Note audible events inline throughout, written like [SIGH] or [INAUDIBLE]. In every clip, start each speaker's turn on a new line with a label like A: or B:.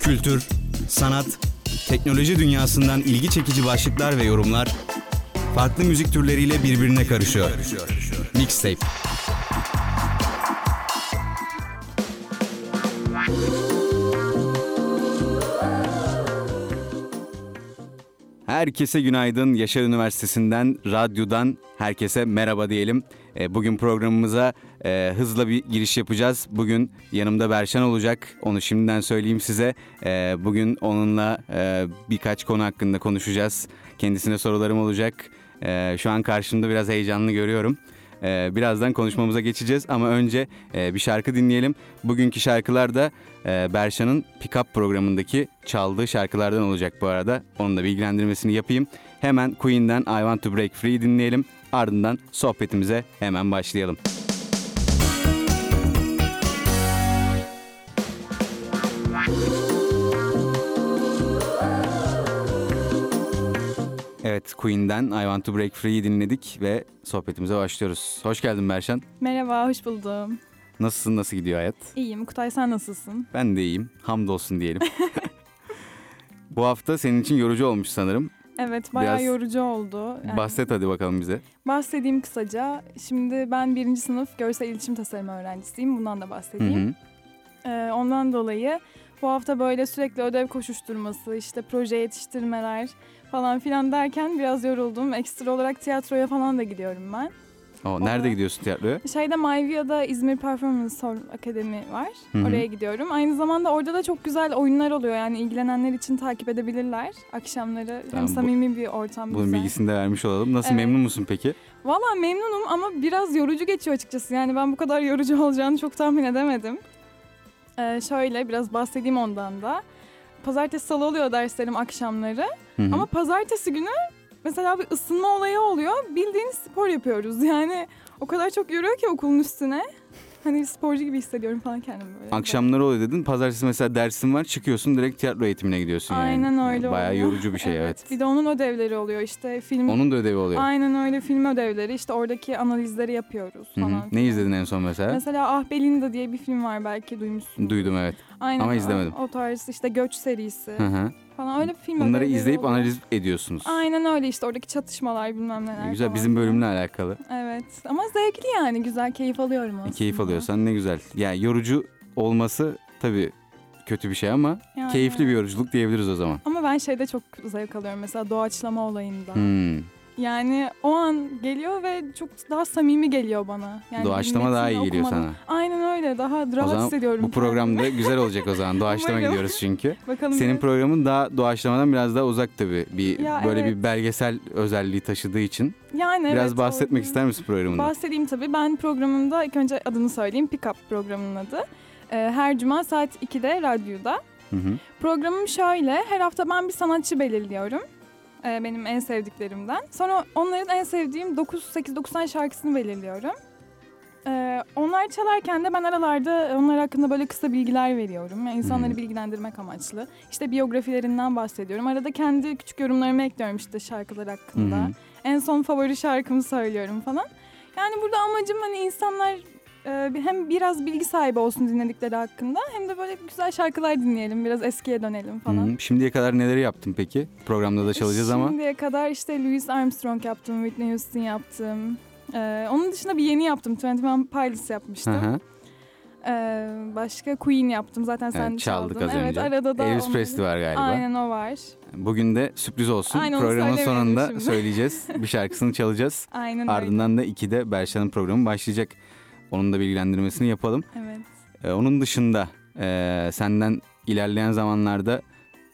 A: kültür, sanat, teknoloji dünyasından ilgi çekici başlıklar ve yorumlar farklı müzik türleriyle birbirine karışıyor. Mixtape. Herkese günaydın. Yaşar Üniversitesi'nden, radyodan herkese merhaba diyelim. E, Bugün programımıza e, hızla bir giriş yapacağız. Bugün yanımda Berşan olacak. Onu şimdiden söyleyeyim size. E, Bugün onunla e, birkaç konu hakkında konuşacağız. Kendisine sorularım olacak. E, Şu an karşımda biraz heyecanlı görüyorum. E, Birazdan konuşmamıza geçeceğiz ama önce e, bir şarkı dinleyelim. Bugünkü şarkılar da e, Berşan'ın Pick Up programındaki çaldığı şarkılardan olacak bu arada. Onun da bilgilendirmesini yapayım. Hemen Queen'den I Want To Break Free dinleyelim. Ardından sohbetimize hemen başlayalım. Evet Queen'den I Want To Break Free'yi dinledik ve sohbetimize başlıyoruz. Hoş geldin Berşan.
B: Merhaba, hoş buldum.
A: Nasılsın, nasıl gidiyor hayat?
B: İyiyim. Kutay sen nasılsın?
A: Ben de iyiyim. Hamdolsun diyelim. Bu hafta senin için yorucu olmuş sanırım.
B: Evet, bayağı
A: Biraz
B: yorucu oldu. Yani
A: Bahset hadi bakalım bize.
B: bahsedeyim kısaca. Şimdi ben birinci sınıf görsel iletişim tasarımı öğrencisiyim. Bundan da
A: Hı
B: bahsedeyim.
A: hı.
B: Ee, ondan dolayı bu hafta böyle sürekli ödev koşuşturması, işte proje yetiştirmeler falan filan derken biraz yoruldum. Ekstra olarak tiyatroya falan da gidiyorum ben.
A: Oo, nerede
B: Aa.
A: gidiyorsun tiyatroya?
B: Şeyde Mayvia'da İzmir Performance Hall Akademi var.
A: Hı hı.
B: Oraya gidiyorum. Aynı zamanda orada da çok güzel oyunlar oluyor. Yani ilgilenenler için takip edebilirler. Akşamları
A: Tamam,
B: hem
A: bu-
B: samimi bir ortam
A: Bunun
B: güzel.
A: bilgisini de vermiş olalım. Nasıl
B: Evet.
A: memnun musun peki?
B: Valla memnunum ama biraz yorucu geçiyor açıkçası. Yani ben bu kadar yorucu [LAUGHS] olacağını çok tahmin edemedim. Ee, şöyle biraz bahsedeyim ondan da. Pazartesi salı oluyor derslerim akşamları.
A: Hı hı.
B: Ama pazartesi günü mesela bir ısınma olayı oluyor. Bildiğin spor yapıyoruz. [LAUGHS] Yani o kadar çok yoruyor ki okulun üstüne. Hani sporcu gibi hissediyorum falan kendimi böyle.
A: Akşamları oluyor dedin. Pazartesi mesela dersin var çıkıyorsun direkt tiyatro eğitimine gidiyorsun yani.
B: Aynen öyle
A: Bayağı
B: oluyor.
A: yorucu bir şey evet.
B: Bir de onun ödevleri oluyor işte film.
A: Onun da ödevi oluyor.
B: Aynen öyle film ödevleri işte oradaki analizleri yapıyoruz
A: Hı hı.
B: falan.
A: Ne
B: filan.
A: izledin en son mesela?
B: Mesela Ah Belinda diye bir film var belki duymuşsunuz.
A: Duydum evet.
B: Aynen
A: ama
B: o-
A: izlemedim.
B: O, tarz işte Göç serisi
A: Hı hı.
B: falan öyle bir film
A: Bunları
B: ödevleri
A: izleyip
B: oluyor.
A: analiz ediyorsunuz. E,
B: Aynen öyle işte oradaki çatışmalar bilmem neler
A: Güzel
B: falan.
A: bizim bölümle alakalı.
B: Evet ama zevkli yani güzel keyif alıyorum aslında.
A: E, Keyif alıyorsan ne güzel. Yani yorucu olması tabii kötü bir şey ama
B: Yani
A: keyifli bir yoruculuk diyebiliriz o zaman.
B: Ama ben şeyde çok zevk alıyorum mesela doğaçlama olayında.
A: Hmm.
B: Yani o an geliyor ve çok daha samimi geliyor bana. Yani
A: Doğaçlama
B: bir
A: daha iyi
B: metni
A: geliyor
B: okumadan.
A: sana.
B: Aynen öyle. Daha rahat
A: O zaman
B: hissediyorum.
A: bu
B: kendimi.
A: programda güzel olacak o
B: [LAUGHS]
A: zaman. Doğaçlama
B: Umarım.
A: gidiyoruz çünkü.
B: Bakalım
A: Senin
B: bir-
A: programın daha doğaçlamadan biraz daha uzak tabii. Bir
B: Ya
A: böyle
B: evet.
A: bir belgesel özelliği taşıdığı için.
B: yani
A: biraz
B: evet,
A: bahsetmek
B: olabilir.
A: ister misin programında?
B: Bahsedeyim tabii. Ben programımda ilk önce adını söyleyeyim. Pick Up programının adı. Ee, her cuma saat 2'de radyoda.
A: Hı hı.
B: Programım şöyle. Her hafta ben bir sanatçı belirliyorum. Ee, benim en sevdiklerimden. Sonra onların en sevdiğim 9 8 9 tane şarkısını belirliyorum. Ee, onlar çalarken de ben aralarda onlar hakkında böyle kısa bilgiler veriyorum. Yani insanları
A: Hmm.
B: bilgilendirmek amaçlı. İşte biyografilerinden bahsediyorum. Arada kendi küçük yorumlarımı ekliyorum işte şarkılar hakkında.
A: Hı hı.
B: En son favori şarkımı söylüyorum falan. Yani burada amacım hani insanlar e, bir- hem biraz bilgi sahibi olsun dinledikleri hakkında hem de böyle güzel şarkılar dinleyelim, biraz eskiye dönelim
A: Hı
B: falan.
A: hı. Şimdiye kadar neleri yaptın peki? Programda da çalacağız ama.
B: Şimdiye kadar işte Louis Armstrong yaptım, Whitney Houston yaptım. Ee, onun dışında bir yeni yaptım. Twenty One Pilots
A: Hı
B: yapmıştım.
A: hı.
B: Ee, başka Queen yaptım. Zaten sen
A: Evet, çaldık
B: çaldın.
A: az
B: evet,
A: önce.
B: arada da
A: Elvis
B: onları-
A: Presley var galiba.
B: Aynen o var.
A: Bugün de sürpriz olsun.
B: Aynen, onu
A: Programın
B: söylemeyelim
A: sonunda
B: şimdi.
A: söyleyeceğiz. Bir şarkısını çalacağız.
B: Aynen öyle.
A: Ardından da 2'de Berşan'ın programı başlayacak. Onun da bilgilendirmesini yapalım.
B: Evet.
A: Ee, onun dışında e, senden ilerleyen zamanlarda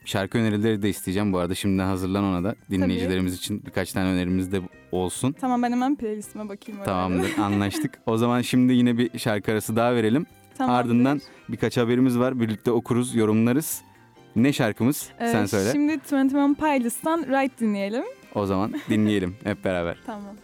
A: şarkı önerileri de isteyeceğim. Bu arada şimdiden hazırlan ona da. Dinleyicilerimiz için birkaç tane önerimiz de olsun.
B: Tamam ben hemen playlistime bakayım. öyle.
A: Tamamdır anlaştık. O zaman şimdi yine bir şarkı arası daha verelim.
B: [LAUGHS] Tamamdır.
A: Ardından Birkaç haberimiz var. Birlikte okuruz, yorumlarız. Ne şarkımız?
B: Ee,
A: Sen söyle.
B: Şimdi Twenty One Pilots'tan Right dinleyelim.
A: O zaman dinleyelim hep beraber.
B: Tamam.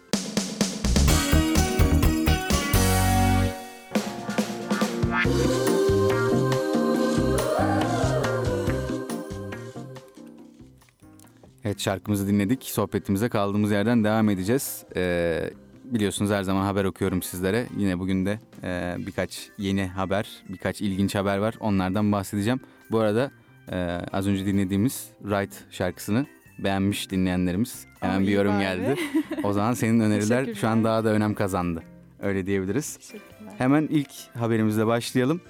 A: Evet şarkımızı dinledik. Sohbetimize kaldığımız yerden devam edeceğiz. Ee, biliyorsunuz her zaman haber okuyorum sizlere. Yine bugün de e, birkaç yeni haber, birkaç ilginç haber var. Onlardan bahsedeceğim. Bu arada Ee, az önce dinlediğimiz Right şarkısını beğenmiş dinleyenlerimiz. Hemen
B: Aa,
A: bir
B: iyi
A: yorum
B: bari. [LAUGHS]
A: geldi. O zaman senin öneriler şu an
B: Teşekkürler.
A: daha da önem kazandı. Öyle diyebiliriz.
B: Teşekkürler.
A: Hemen ilk haberimizle başlayalım.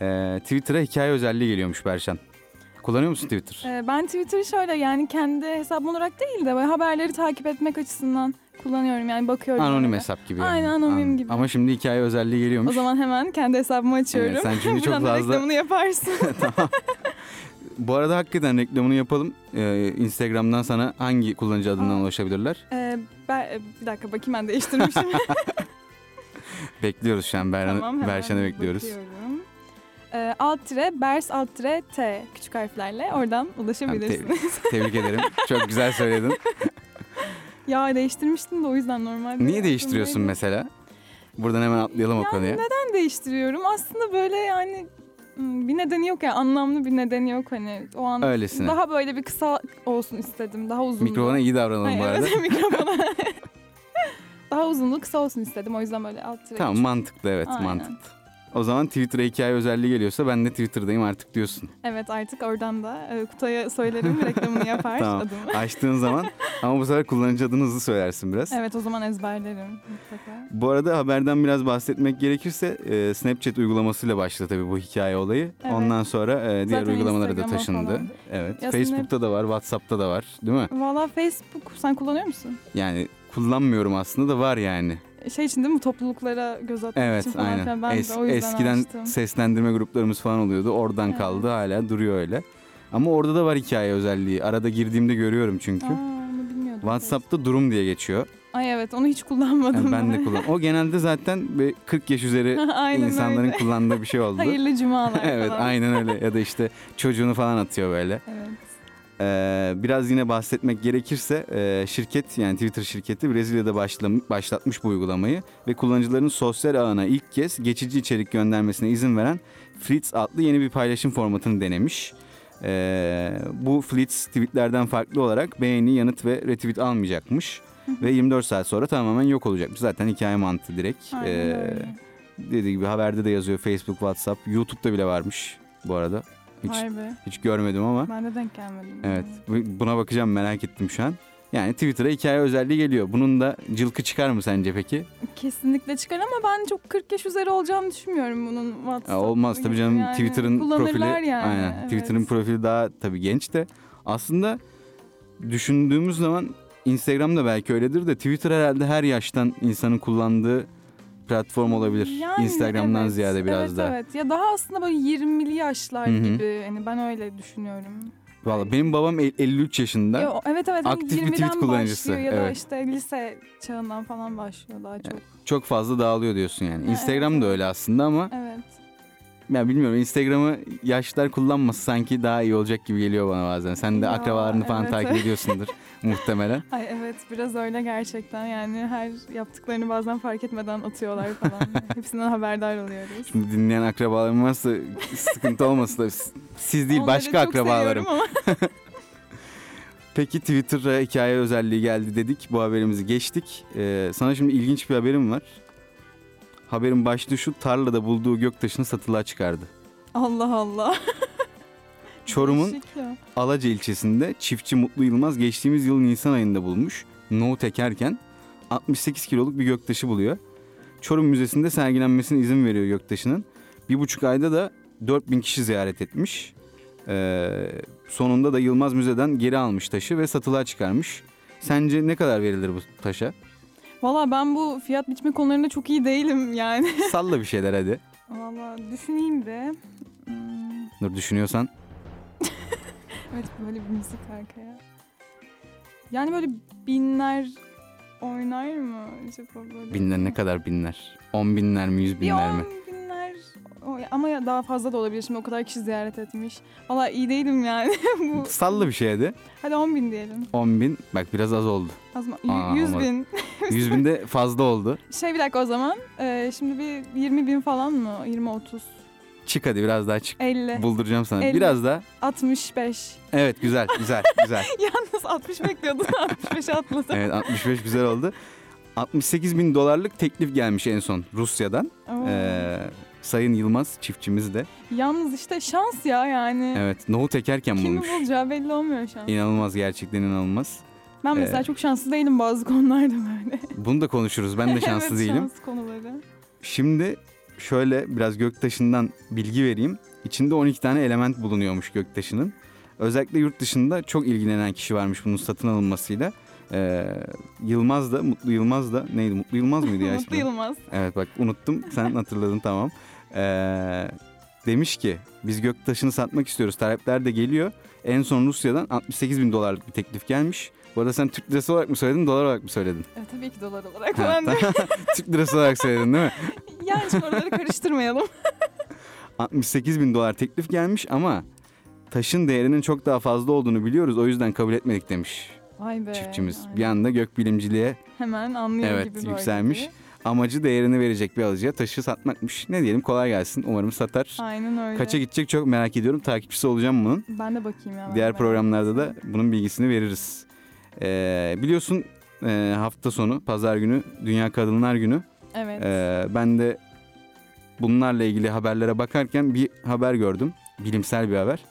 A: Ee, Twitter'a hikaye özelliği geliyormuş Berşan. Kullanıyor musun Twitter?
B: Ee, ben Twitter'ı şöyle yani kendi hesabım olarak değil de böyle haberleri takip etmek açısından kullanıyorum yani bakıyorum.
A: Anonim
B: arada.
A: hesap gibi.
B: Aynen,
A: yani.
B: anonim
A: Anladım.
B: gibi.
A: Ama şimdi hikaye özelliği
B: O
A: geliyormuş.
B: zaman hemen kendi hesabımı açıyorum. [LAUGHS]
A: Evet, sen çünkü çok
B: Buradan da
A: fazla-
B: reklamını yaparsın.
A: Bu arada hakikaten reklamını yapalım. Ee, Instagram'dan sana hangi kullanıcı adından
B: Aa.
A: ulaşabilirler?
B: Ee, ben- e, bir dakika bakayım
A: [LAUGHS]
B: ben değiştirmişim.
A: Bekliyoruz şu an Berhan'ı-
B: tamam hemen
A: Berşan'ı bekliyoruz.
B: bakıyorum. Ee, alt tire bers alt tire t küçük harflerle oradan ulaşabilirsiniz.
A: [LAUGHS] Tebrik ederim. Çok güzel söyledin.
B: [LAUGHS] ya değiştirmiştim de o yüzden normalde.
A: Niye değiştiriyorsun
B: aklımdaydı.
A: mesela? Buradan hemen atlayalım o
B: Yani
A: konuya.
B: Ben değiştiriyorum. Aslında böyle yani hmm, bir nedeni yok yani anlamlı bir nedeni yok hani o an
A: Öylesine.
B: daha böyle bir kısa olsun istedim. Daha uzun.
A: Mikrofona iyi davranalım
B: Hayır,
A: bu arada.
B: [LAUGHS] evet, mikrofona. Daha uzunluğu kısa olsun istedim. O yüzden böyle alt tire.
A: Tamam mantıklı evet
B: Aynen.
A: mantıklı. O zaman Twitter'a hikaye özelliği geliyorsa ben de Twitter'dayım artık diyorsun.
B: Evet artık oradan da e, kutuya söylerim reklamını
A: [LAUGHS]
B: yapar
A: Tamam.
B: adımı.
A: Açtığın zaman
B: [LAUGHS]
A: ama bu sefer kullanıcı adını hızlı söylersin biraz.
B: Evet o zaman ezberlerim mutlaka.
A: Bu arada haberden biraz bahsetmek gerekirse e, Snapchat uygulamasıyla başladı tabii bu hikaye olayı.
B: Evet.
A: Ondan sonra e, diğer
B: Zaten
A: uygulamalara da
B: Instagram'a
A: taşındı.
B: falan.
A: Evet.
B: Ya
A: Facebook'ta da var, WhatsApp'ta da var, değil mi?
B: Valla Facebook sen kullanıyor musun?
A: Yani kullanmıyorum aslında da var yani.
B: Şey için değil mi topluluklara göz atmak için
A: Evet,
B: falan
A: aynen.
B: filan. Ben
A: Es-
B: de o yüzden
A: eskiden
B: açtım.
A: seslendirme gruplarımız falan oluyordu. Oradan
B: Evet.
A: kaldı, hala duruyor öyle. Ama orada da var hikaye özelliği. Arada girdiğimde görüyorum çünkü.
B: Aa, onu bilmiyordum.
A: WhatsApp'ta durum diye geçiyor.
B: Ay evet onu hiç
A: Yani
B: kullanmadım.
A: ben de kullan. O genelde zaten bir 40 yaş üzeri
B: [LAUGHS] Aynen
A: insanların
B: öyle.
A: kullandığı bir şey oldu.
B: Hayırlı cumalar
A: [LAUGHS] evet,
B: falan.
A: aynen öyle. Ya da işte çocuğunu falan atıyor böyle.
B: Evet.
A: Ee, biraz yine bahsetmek gerekirse e, şirket yani Twitter şirketi Brezilya'da başlam- başlatmış bu uygulamayı ve kullanıcıların sosyal ağına ilk kez geçici içerik göndermesine izin veren Fleets adlı yeni bir paylaşım formatını denemiş. Ee, bu Fleets tweetlerden farklı olarak beğeni, yanıt ve retweet almayacakmış ve 24 saat sonra tamamen yok olacakmış. Zaten hikaye mantığı direkt.
B: Aynen
A: Ee,
B: öyle.
A: dediği gibi haberde de yazıyor Facebook, WhatsApp, YouTube'da bile varmış bu arada. Hiç
B: Harbi.
A: hiç görmedim ama.
B: Ben de denk gelmedim.
A: Evet. bu- Buna bakacağım merak ettim şu an. Yani Twitter'a hikaye özelliği geliyor. Bunun da cılkı çıkar mı sence peki?
B: Kesinlikle çıkar ama ben çok 40 yaş üzeri olacağını düşünmüyorum bunun WhatsApp'ı.
A: Ya olmaz tabii
B: gibi
A: canım
B: yani.
A: Twitter'ın
B: Kullanırlar
A: profili.
B: yani.
A: aynen.
B: evet.
A: Twitter'ın profili daha tabii genç de aslında düşündüğümüz zaman Instagram da belki öyledir de Twitter herhalde her yaştan insanın kullandığı platform olabilir.
B: Yani
A: Instagram'dan
B: evet,
A: ziyade biraz
B: evet,
A: daha.
B: Evet ya daha aslında böyle 20'li yaşlar
A: Hı hı.
B: gibi. Yani ben öyle düşünüyorum.
A: Vallahi benim babam el- 53 yaşında.
B: Ya, o- evet evet. hani
A: Aktif bir
B: 20'den
A: tweet kullanıcısı,
B: Başlıyor ya da
A: evet.
B: işte lise çağından falan başlıyor daha çok.
A: Çok fazla dağılıyor diyorsun yani.
B: Evet,
A: Instagram da
B: evet.
A: öyle aslında ama
B: Evet.
A: Ya bilmiyorum Instagram'ı yaşlar kullanması sanki daha iyi olacak gibi geliyor bana bazen. Sen de
B: Ya,
A: akrabalarını falan
B: evet.
A: takip ediyorsundur
B: [LAUGHS]
A: muhtemelen.
B: Ay evet biraz öyle gerçekten yani her yaptıklarını bazen fark etmeden atıyorlar
A: [LAUGHS]
B: falan. Hepsinden haberdar oluyoruz.
A: Şimdi dinleyen akrabalarım varsa sıkıntı olmasın da siz değil
B: Onları
A: başka
B: çok
A: akrabalarım.
B: seviyorum ama [LAUGHS]
A: Peki Twitter'a hikaye özelliği geldi dedik. Bu haberimizi geçtik. Ee, sana şimdi ilginç bir haberim var. Haberin başlığı şu tarlada bulduğu göktaşını satılığa çıkardı.
B: Allah Allah.
A: Çorum'un
B: Değişik ya.
A: Alaca ilçesinde çiftçi Mutlu Yılmaz geçtiğimiz yılın Nisan ayında bulmuş. Nohut ekerken 68 kiloluk bir göktaşı buluyor. Çorum Müzesi'nde sergilenmesine izin veriyor göktaşının. Bir buçuk ayda da 4000 kişi ziyaret etmiş. Ee, sonunda da Yılmaz Müze'den geri almış taşı ve satılığa çıkarmış. Sence ne kadar verilir bu
B: [LAUGHS]
A: taşa?
B: Valla ben bu fiyat biçme konularında çok iyi
A: [LAUGHS]
B: değilim yani.
A: Salla bir şeyler hadi.
B: Valla düşüneyim de. Hmm,
A: Dur düşünüyorsan.
B: Evet böyle bir müzik arkaya. Yani böyle binler oynar mı acaba böyle?
A: Binler ne kadar binler? On binler mi yüz
B: Bir
A: binler
B: on
A: mi?
B: binler o- ama ya daha fazla da olabilir şimdi o kadar kişi ziyaret etmiş. Valla iyi değilim yani. [LAUGHS] bu.
A: Salla bir şey hadi.
B: Hadi 10 bin diyelim.
A: On bin bak biraz az
B: [LAUGHS]
A: oldu.
B: Az mı?
A: Aa,
B: Y- 100
A: ama-
B: bin. [LAUGHS]
A: Yüz bin de fazla oldu.
B: Şey bir dakika o zaman. Ee, şimdi bir 20 bin falan mı? 20-30.
A: Çık hadi biraz daha çık.
B: 50.
A: Bulduracağım sana.
B: Elli.
A: Biraz daha.
B: 65.
A: Evet güzel güzel güzel.
B: [LAUGHS] Yalnız 60
A: [LAUGHS]
B: bekliyordum. 65'e atladım.
A: Evet 65 güzel oldu. 68 bin dolarlık teklif gelmiş en son Rusya'dan.
B: Oo.
A: Ee, Sayın Yılmaz çiftçimiz de.
B: Yalnız işte şans ya yani.
A: Evet nohut ekerken
B: Kimi
A: bulmuş.
B: bulacağı belli olmuyor şu an.
A: İnanılmaz gerçekten inanılmaz.
B: Ben mesela
A: Ee,
B: çok şanslı değilim bazı konularda böyle.
A: Bunu da konuşuruz. Ben
B: [LAUGHS]
A: de şanslı
B: evet,
A: değilim.
B: şans konuları.
A: Şimdi şöyle biraz göktaşından bilgi vereyim. İçinde 12 tane element bulunuyormuş göktaşının. Özellikle yurt dışında çok ilgilenen kişi varmış bunun satın alınmasıyla. Ee, Yılmaz da, Mutlu Yılmaz da neydi? Mutlu Yılmaz mıydı
B: [LAUGHS]
A: ya
B: Mutlu
A: ismi?
B: Yılmaz.
A: Evet bak unuttum. Sen hatırladın tamam. Ee, demiş ki biz göktaşını satmak istiyoruz. Talepler de geliyor. En son Rusya'dan 68 bin dolarlık bir teklif gelmiş. Bu arada sen Türk lirası olarak mı söyledin, dolar olarak mı söyledin? [LAUGHS]
B: E, tabii ki dolar olarak
A: Ha,
B: falan [LAUGHS] değil.
A: Türk lirası olarak söyledin değil mi?
B: Yani şimdi oraları karıştırmayalım.
A: 68 bin dolar teklif gelmiş ama taşın değerinin çok daha fazla olduğunu biliyoruz. O yüzden kabul etmedik demiş
B: Vay be.
A: çiftçimiz.
B: yani.
A: Bir anda gökbilimciliğe
B: Hemen anlıyor
A: Evet,
B: gibi böyle
A: yükselmiş.
B: diye.
A: amacı değerini verecek bir alıcıya taşı satmakmış. Ne diyelim kolay gelsin. Umarım satar.
B: Aynen öyle.
A: Kaça gidecek çok merak ediyorum. Takipçisi olacağım bunun.
B: Ben de bakayım ya. ben
A: Diğer
B: de merak
A: programlarda da
B: ettim.
A: bunun bilgisini veririz. Ee, biliyorsun e, hafta sonu pazar günü Dünya Kadınlar Günü.
B: Evet.
A: Ee, ben de bunlarla ilgili haberlere bakarken bir haber gördüm. Bilimsel bir haber.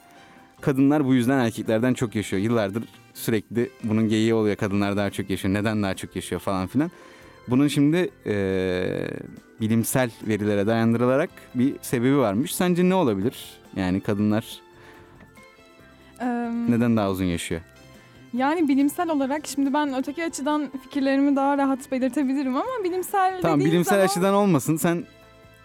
A: Kadınlar bu yüzden erkeklerden çok yaşıyor. Yıllardır sürekli bunun geyiği oluyor. Kadınlar daha çok yaşıyor. Neden daha çok yaşıyor falan filan. Bunun şimdi ee, bilimsel verilere dayandırılarak bir sebebi varmış. Sence ne olabilir? Yani kadınlar
B: Em,
A: neden daha uzun yaşıyor?
B: Yani bilimsel olarak şimdi ben öteki açıdan fikirlerimi daha rahat belirtebilirim ama bilimsel
A: Tamam
B: dediğim
A: bilimsel
B: zaman-
A: açıdan olmasın. Sen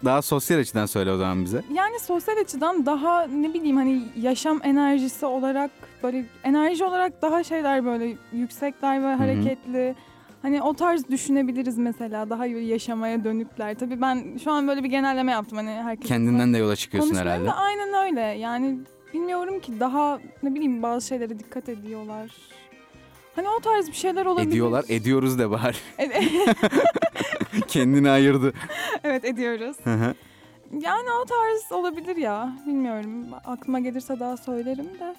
A: daha sosyal açıdan söyle o zaman bize.
B: Yani sosyal açıdan daha ne bileyim hani yaşam enerjisi olarak böyle enerji olarak daha şeyler böyle yüksekler ve hareketli. Hani o tarz düşünebiliriz mesela daha böyle yaşamaya dönükler. Tabii ben şu an böyle bir genelleme yaptım hani herkes
A: Kendinden de yola çıkıyorsun
B: konuşmuyorum
A: herhalde.
B: da aynen öyle. Yani bilmiyorum ki daha ne bileyim bazı şeylere dikkat ediyorlar. Hani o tarz bir şeyler olabilir.
A: Ediyorlar, ediyoruz de bari.
B: Ed-
A: Kendini ayırdı.
B: [LAUGHS] evet ediyoruz.
A: Hı hı.
B: Yani o tarz olabilir ya. Bilmiyorum. Aklıma gelirse daha söylerim de.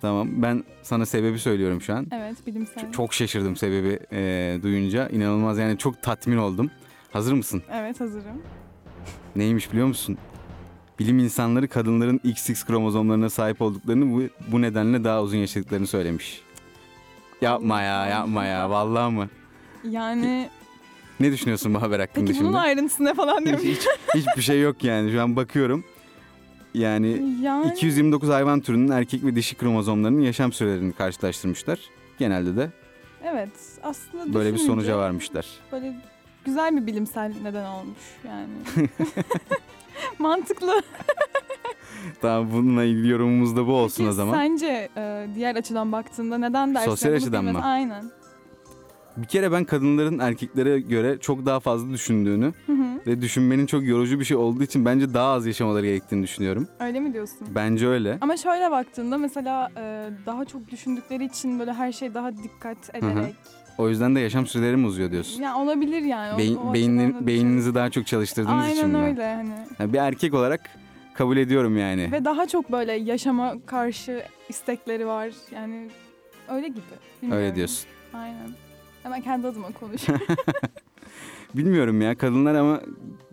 A: tamam ben sana sebebi söylüyorum şu an.
B: Evet bilimsel.
A: Ç- Çok şaşırdım sebebi e, duyunca. İnanılmaz yani çok tatmin oldum. Hazır mısın?
B: Evet hazırım.
A: Neymiş biliyor musun? Bilim insanları kadınların XX kromozomlarına sahip olduklarını bu, bu nedenle daha uzun yaşadıklarını söylemiş. Yapma ya yapma ya vallahi mı?
B: Yani
A: Ne düşünüyorsun bu haber hakkında
B: peki bunun
A: şimdi?
B: ayrıntısı ne falan diyorum.
A: Hiç, hiç, hiçbir şey yok yani şu an bakıyorum. Yani
B: Yani
A: 229 hayvan türünün erkek ve dişi kromozomlarının yaşam sürelerini karşılaştırmışlar. Genelde de
B: evet aslında
A: böyle bir
B: düşününce
A: sonuca varmışlar.
B: Böyle güzel bir bilimsel neden olmuş
A: [LAUGHS]
B: yani. [LAUGHS] Mantıklı.
A: Tamam bununla ilgili yorumumuz da bu olsun
B: Peki
A: o zaman.
B: Sence e, diğer açıdan baktığında neden dersin?
A: Sosyal
B: Bunu
A: açıdan
B: bilmez-
A: mı?
B: Aynen.
A: Bir kere ben kadınların erkeklere göre çok daha fazla düşündüğünü
B: Hı hı.
A: ve düşünmenin çok yorucu bir şey olduğu için bence daha az yaşamaları gerektiğini düşünüyorum.
B: Öyle mi diyorsun?
A: Bence öyle.
B: Ama şöyle baktığında mesela e, daha çok düşündükleri için böyle her şey daha dikkat
A: hı.
B: ederek.
A: O yüzden de yaşam süreleri mi uzuyor diyorsun?
B: Yani olabilir yani. o-
A: Beyin,
B: o
A: beyinler-
B: açıdan da şey.
A: beyninizi daha çok çalıştırdığınız
B: Aynen
A: için mi?
B: öyle hani.
A: Yani bir erkek olarak kabul ediyorum yani.
B: Ve daha çok böyle yaşama karşı istekleri var. Yani öyle gibi. Bilmiyorum.
A: Öyle diyorsun.
B: Aynen. Hemen
A: [LAUGHS]
B: kendi adıma konuş.
A: Bilmiyorum ya kadınlar ama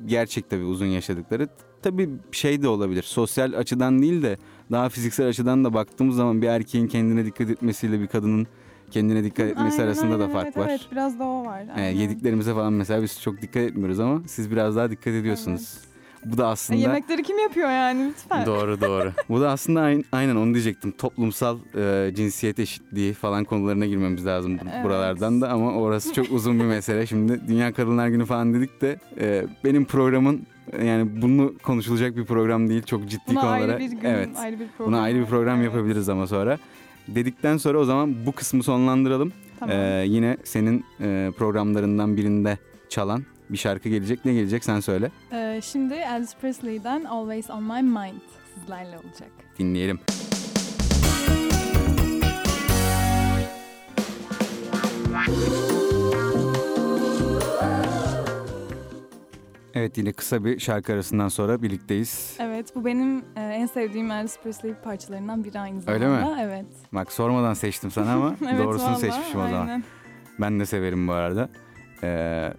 A: gerçek tabii uzun yaşadıkları. Tabii şey de olabilir. Sosyal açıdan değil de daha fiziksel açıdan da baktığımız zaman bir erkeğin kendine dikkat etmesiyle bir kadının kendine dikkat etmesi
B: Aynen,
A: arasında da
B: aynen,
A: fark
B: evet,
A: var.
B: Evet biraz da o var.
A: Ee,
B: aynen. E,
A: yediklerimize falan mesela biz çok dikkat etmiyoruz ama siz biraz daha dikkat ediyorsunuz. Bu da
B: E,
A: aslında
B: yemekleri kim yapıyor yani lütfen.
A: doğru doğru. Bu da aslında ayn- aynen onu diyecektim. Toplumsal e, cinsiyet eşitliği falan konularına girmemiz lazım bu-
B: Evet.
A: buralardan da ama orası çok uzun bir mesele. Şimdi Dünya Kadınlar Günü falan dedik de e, benim programın e, yani bunu konuşulacak bir program değil. Çok ciddi
B: Buna
A: konulara.
B: ayrı bir gün,
A: evet.
B: ayrı bir program.
A: Buna ayrı bir program
B: Evet,
A: yapabiliriz ama sonra. Dedikten sonra o zaman bu kısmı sonlandıralım.
B: Tamam.
A: Ee, yine senin e, programlarından birinde çalan bir şarkı gelecek. Ne gelecek sen söyle.
B: Ee, şimdi Elvis Presley'den Always On My Mind sizlerle olacak.
A: Dinleyelim. Evet yine kısa bir şarkı arasından sonra birlikteyiz.
B: Evet bu benim e, en sevdiğim Elvis Presley parçalarından biri aynı
A: Öyle
B: zamanda.
A: mi?
B: Evet.
A: Bak sormadan seçtim sana ama
B: [LAUGHS]
A: [LAUGHS]
B: evet
A: doğrusunu
B: valla,
A: seçmişim o zaman.
B: aynen.
A: Ben de severim bu arada. Ee,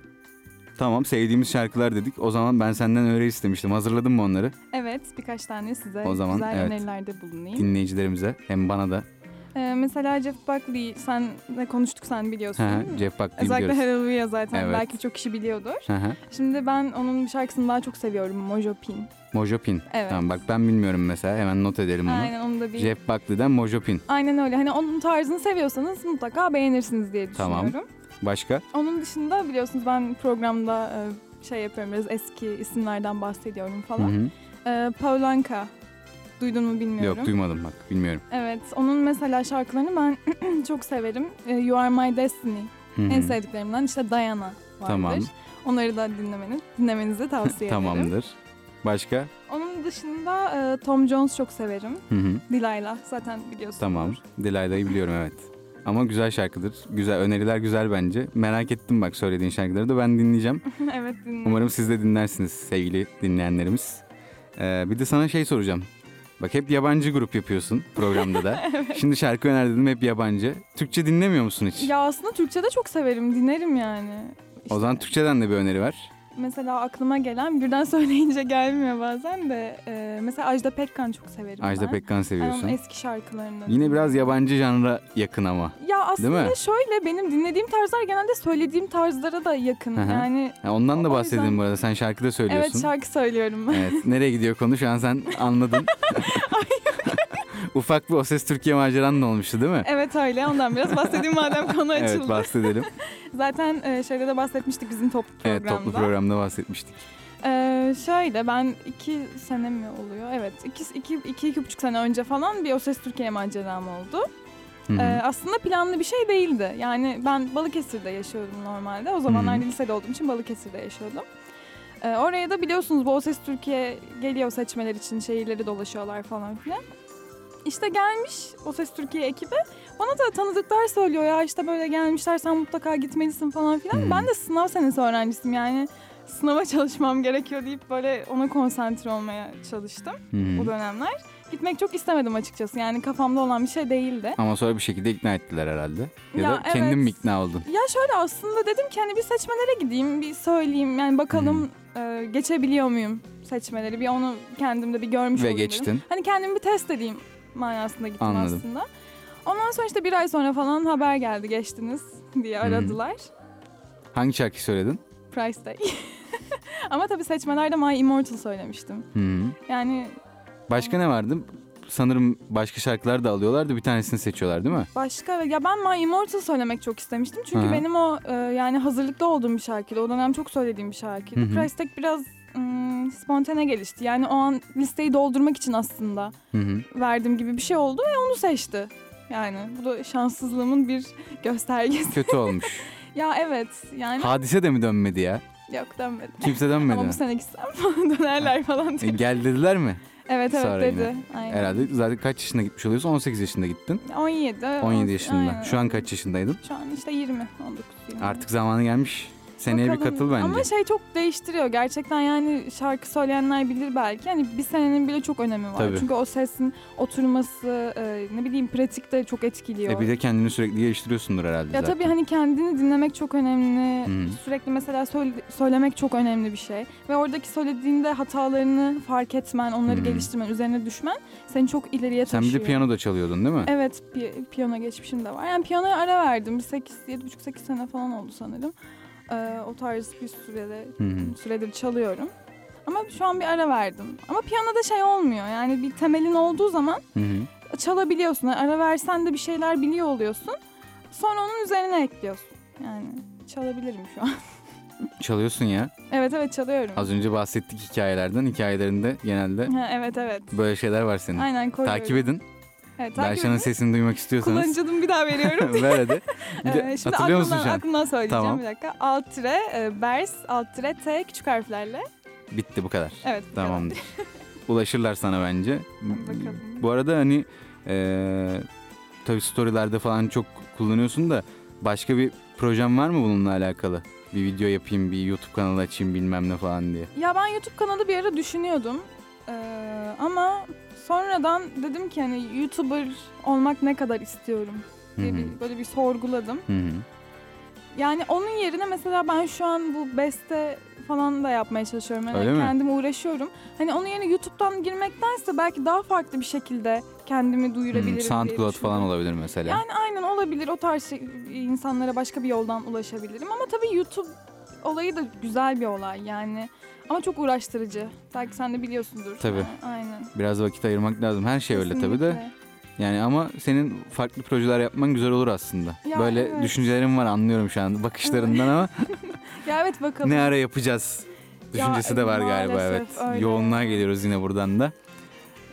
A: Tamam sevdiğimiz şarkılar dedik. O zaman ben senden öyle istemiştim. Hazırladın mı onları
B: Evet birkaç tane size
A: O zaman,
B: güzel
A: evet.
B: önerilerde bulunayım.
A: dinleyicilerimize? Hem bana da.
B: Ee, mesela Jeff Buckley senle konuştuk sen biliyorsun.
A: Hı hı, Jeff Buckley
B: Özellikle
A: biliyoruz.
B: Hallelujah zaten
A: Evet.
B: belki çok kişi biliyordur.
A: Hı hı.
B: Şimdi ben onun bir şarkısını daha çok seviyorum Mojo Pin.
A: Mojo Pin.
B: Evet.
A: Tamam bak ben bilmiyorum mesela. Hemen not edelim onu.
B: Aynen onu da bir
A: Jeff Buckley'den Mojo Pin.
B: Aynen öyle. Hani onun tarzını seviyorsanız mutlaka beğenirsiniz diye
A: Tamam.
B: düşünüyorum.
A: Başka?
B: Onun dışında biliyorsunuz ben programda e, şey yapıyorum biraz eski isimlerden bahsediyorum
A: Hı
B: falan.
A: hı.
B: E, Paulanka duydun mu bilmiyorum.
A: Yok duymadım bak bilmiyorum.
B: evet onun mesela şarkılarını ben [CLEARS THROAT] çok severim. E, you Are My Destiny
A: Hı hı.
B: en sevdiklerimden işte Diana vardır.
A: Tamam.
B: Onları da dinlemeniz, dinlemenizi tavsiye
A: [LAUGHS]
B: ederim.
A: Tamamdır. Başka?
B: Onun dışında e, Tom Jones çok severim.
A: Hı hı.
B: Delilah zaten biliyorsunuz.
A: Tamam. Delayda'yı biliyorum evet. Ama güzel şarkıdır. Güzel öneriler güzel bence. Merak ettim bak söylediğin şarkıları da ben dinleyeceğim.
B: [LAUGHS] evet dinle.
A: Umarım siz de dinlersiniz sevgili dinleyenlerimiz. Ee, bir de sana şey soracağım. Bak hep yabancı grup yapıyorsun programda da.
B: [LAUGHS]
A: Şimdi şarkı öner dedim hep yabancı. Türkçe dinlemiyor musun hiç?
B: Ya aslında Türkçe de çok severim, dinlerim yani. İşte
A: O zaman Türkçeden de bir öneri ver.
B: Mesela aklıma gelen, birden [LAUGHS] söyleyince gelmiyor bazen de. e, mesela Ajda Pekkan çok severim
A: Ajda
B: ben.
A: Pekkan
B: Ben onun
A: seviyorsun.
B: eski şarkılarını.
A: Yine biraz yabancı janra yakın ama.
B: Ya
A: Değil mi?
B: aslında şöyle benim dinlediğim tarzlar genelde söylediğim tarzlara da yakın.
A: Hı hı.
B: Yani
A: Ha, ondan da
B: O- o
A: bahsedelim
B: yüzden-
A: bu arada. Sen şarkı da söylüyorsun.
B: evet şarkı söylüyorum ben.
A: Evet. Nereye gidiyor konu şu an sen anladın. [LAUGHS] Ufak bir O Ses Türkiye maceran da olmuştu değil mi?
B: [LAUGHS] evet öyle ondan biraz bahsedeyim madem konu açıldı.
A: [LAUGHS] Evet
B: [LAUGHS]
A: bahsedelim.
B: Zaten e, şeyde de bahsetmiştik bizim toplu programda.
A: Evet toplu programda bahsetmiştik.
B: Ee, şöyle ben iki sene mi oluyor? Evet iki, iki, iki, iki buçuk sene önce falan bir O Ses Türkiye maceram oldu.
A: Hı hı.
B: Ee, aslında planlı bir şey değildi. Yani ben Balıkesir'de yaşıyordum normalde. O zamanlar
A: Hı hı.
B: lisede olduğum için Balıkesir'de yaşıyordum. Ee, oraya da biliyorsunuz Bol Ses Türkiye geliyor seçmeler için şehirleri dolaşıyorlar falan filan. İşte gelmiş O Ses Türkiye ekibi. Bana da tanıdıklar söylüyor ya işte böyle gelmişler sen mutlaka gitmelisin falan filan.
A: Hı hı.
B: Ben de sınav senesi öğrencisiyim yani sınava [LAUGHS] çalışmam gerekiyor deyip böyle ona konsantre olmaya çalıştım
A: Hı hı.
B: bu dönemler. Gitmek çok istemedim açıkçası yani kafamda olan bir şey değildi.
A: Ama sonra bir şekilde ikna ettiler herhalde. Ya,
B: Ya,
A: da kendin
B: evet.
A: mi ikna oldun?
B: Ya şöyle aslında dedim ki hani bir seçmelere gideyim, bir söyleyeyim. Yani bakalım e, geçebiliyor muyum seçmeleri. Bir onu kendimde bir görmüş
A: Ve
B: olayım dedim.
A: geçtin.
B: Hani kendimi bir test edeyim manasında gittim
A: Anladım.
B: aslında. Ondan sonra işte bir ay sonra falan haber geldi geçtiniz diye
A: Hı.
B: aradılar.
A: Hangi şarkı söyledin?
B: Price Day. [LAUGHS] Ama tabii seçmelerde My Immortal söylemiştim.
A: Hı hı.
B: Yani
A: Başka ne vardı? Sanırım başka şarkılar da alıyorlardı. Bir tanesini seçiyorlar değil mi?
B: başka ya ben My Immortal söylemek çok istemiştim. Çünkü
A: Hı.
B: benim o e, yani hazırlıkta olduğum bir şarkıydı. O dönem çok söylediğim bir şarkıydı.
A: Hı hı.
B: Price Tag biraz ım, spontane gelişti. Yani o an listeyi doldurmak için aslında
A: Hı hı.
B: verdim gibi bir şey oldu ve onu seçti. Yani bu da şanssızlığımın bir göstergesi. [LAUGHS]
A: Kötü olmuş.
B: ya evet yani
A: Hadise de mi dönmedi ya?
B: yok dönmedim.
A: Kimse dönmedi
B: Ama
A: mi?
B: bu sene gitsem [LAUGHS] falan dönerler falan
A: E,
B: diye.
A: Gel dediler mi?
B: [LAUGHS] Evet evet
A: Sonra
B: dedi. Aynen.
A: Herhalde zaten kaç yaşında gitmiş oluyorsun? 18 yaşında gittin.
B: 17.
A: 17 yaşında.
B: aynen.
A: Şu an kaç yaşındaydın?
B: Şu an işte 20, 19. 20.
A: Artık zamanı gelmiş. Seneye bir
B: Bakalım.
A: katıl bence.
B: Ama şey çok değiştiriyor. Gerçekten yani şarkı söyleyenler bilir belki. Hani bir senenin bile çok önemi var.
A: Tabii.
B: Çünkü o sesin oturması, e, ne bileyim pratikte çok etkiliyor.
A: E bir de kendini sürekli geliştiriyorsundur herhalde zaten.
B: ya
A: Hmm.
B: tabii hani kendini dinlemek çok önemli.
A: Hı.
B: Sürekli mesela söyle- söylemek çok önemli bir şey. Ve oradaki söylediğinde hatalarını fark etmen, onları
A: Hı.
B: geliştirmen, üzerine düşmen seni çok ileriye
A: Hmm. Sen
B: taşıyor.
A: bir de piyano da çalıyordun değil mi?
B: şey- Evet, pi- piyano geçmişim de var. Yani piyanoya ara verdim. 8, 7,5-8 sene falan oldu sanırım. E, o tarz bir sürede
A: Hı hı.
B: süredir çalıyorum. Ama şu an bir ara verdim. Ama piyanoda şey olmuyor. Yani bir temelin olduğu zaman
A: Hı hı.
B: çalabiliyorsun. Yani ara versen de bir şeyler biliyor oluyorsun. Sonra onun üzerine ekliyorsun. Yani çalabilirim şu an. [LAUGHS]
A: Çalıyorsun ya.
B: evet evet çalıyorum.
A: Az önce bahsettik hikayelerden. Hikayelerinde genelde
B: Ha, evet evet.
A: böyle şeyler var senin.
B: Aynen koyuyorum.
A: Takip edin.
B: Evet, takip
A: Berşan'ın
B: edin.
A: sesini duymak istiyorsanız.
B: Kullanıcının bir daha veriyorum.
A: Ver hadi. [LAUGHS] Bir
B: [LAUGHS]
A: de
B: Ee, şimdi
A: hatırlıyor musun
B: aklımdan,
A: şu an?
B: aklımdan söyleyeceğim
A: Tamam.
B: bir dakika. Alt tire, e, bers, alt tire, t küçük harflerle.
A: Bitti bu kadar.
B: Evet. bu kadar. [LAUGHS]
A: Tamamdır. Ulaşırlar sana bence.
B: Bakalım.
A: Bu arada hani eee tabii storylerde falan çok kullanıyorsun da başka bir projem var mı bununla alakalı? Bir video yapayım, bir YouTube kanalı açayım bilmem ne falan diye.
B: Ya ben YouTube kanalı bir ara düşünüyordum. Ee, ama sonradan dedim ki hani YouTuber olmak ne kadar istiyorum
A: Hı
B: diye
A: hı.
B: bir, böyle bir sorguladım.
A: Hı hı.
B: Yani onun yerine mesela ben şu an bu beste falan da yapmaya çalışıyorum. Yani
A: Öyle mi?
B: kendim uğraşıyorum. Hani onun yerine YouTube'dan girmektense belki daha farklı bir şekilde kendimi duyurabilirim
A: Hmm,
B: diye
A: SoundCloud falan
B: düşünüyorum.
A: olabilir mesela.
B: Yani aynen olabilir. O tarz şey- insanlara başka bir yoldan ulaşabilirim. Ama tabii YouTube olayı da güzel bir olay yani. Ama çok uğraştırıcı. Belki sen de biliyorsundur.
A: Tabii.
B: Aynen.
A: Biraz vakit ayırmak lazım. Her şey öyle tabii de.
B: Kesinlikle.
A: Yani ama senin farklı projeler yapman güzel olur aslında.
B: Ya
A: Böyle
B: evet.
A: düşüncelerim var anlıyorum şu an bakışlarından ama
B: Ya evet bakalım.
A: ne ara yapacağız düşüncesi
B: Ya,
A: de var galiba evet.
B: maalesef öyle.
A: Yoğunluğa geliyoruz yine buradan da.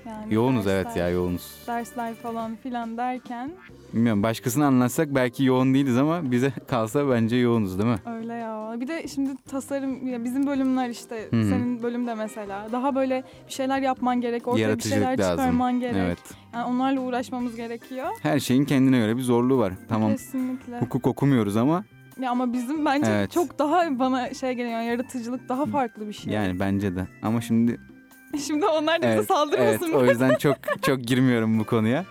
B: Yani
A: Yoğunuz
B: dersler-
A: evet ya yoğunuz.
B: Dersler falan filan derken
A: Bilmiyorum başkasına anlatsak belki yoğun değiliz ama bize [LAUGHS] kalsa bence yoğunuz değil mi?
B: Öyle ya. Bir de şimdi tasarım ya bizim bölümler işte
A: Hı hı.
B: senin bölüm de mesela daha böyle bir şeyler yapman gerek, ortaya bir
A: Yaratıcılık
B: şeyler
A: lazım.
B: çıkarman gerek.
A: Evet.
B: Yani onlarla uğraşmamız gerekiyor.
A: Her şeyin kendine göre bir zorluğu var. Tamam
B: Kesinlikle.
A: hukuk okumuyoruz ama
B: Ya ama bizim bence
A: Evet.
B: çok daha bana şey geliyor. yani Yaratıcılık daha farklı bir şey.
A: yani bence de. Ama şimdi
B: [LAUGHS] Şimdi onlar da bize
A: Evet,
B: saldırmasın.
A: Evet, o yüzden çok çok girmiyorum bu konuya.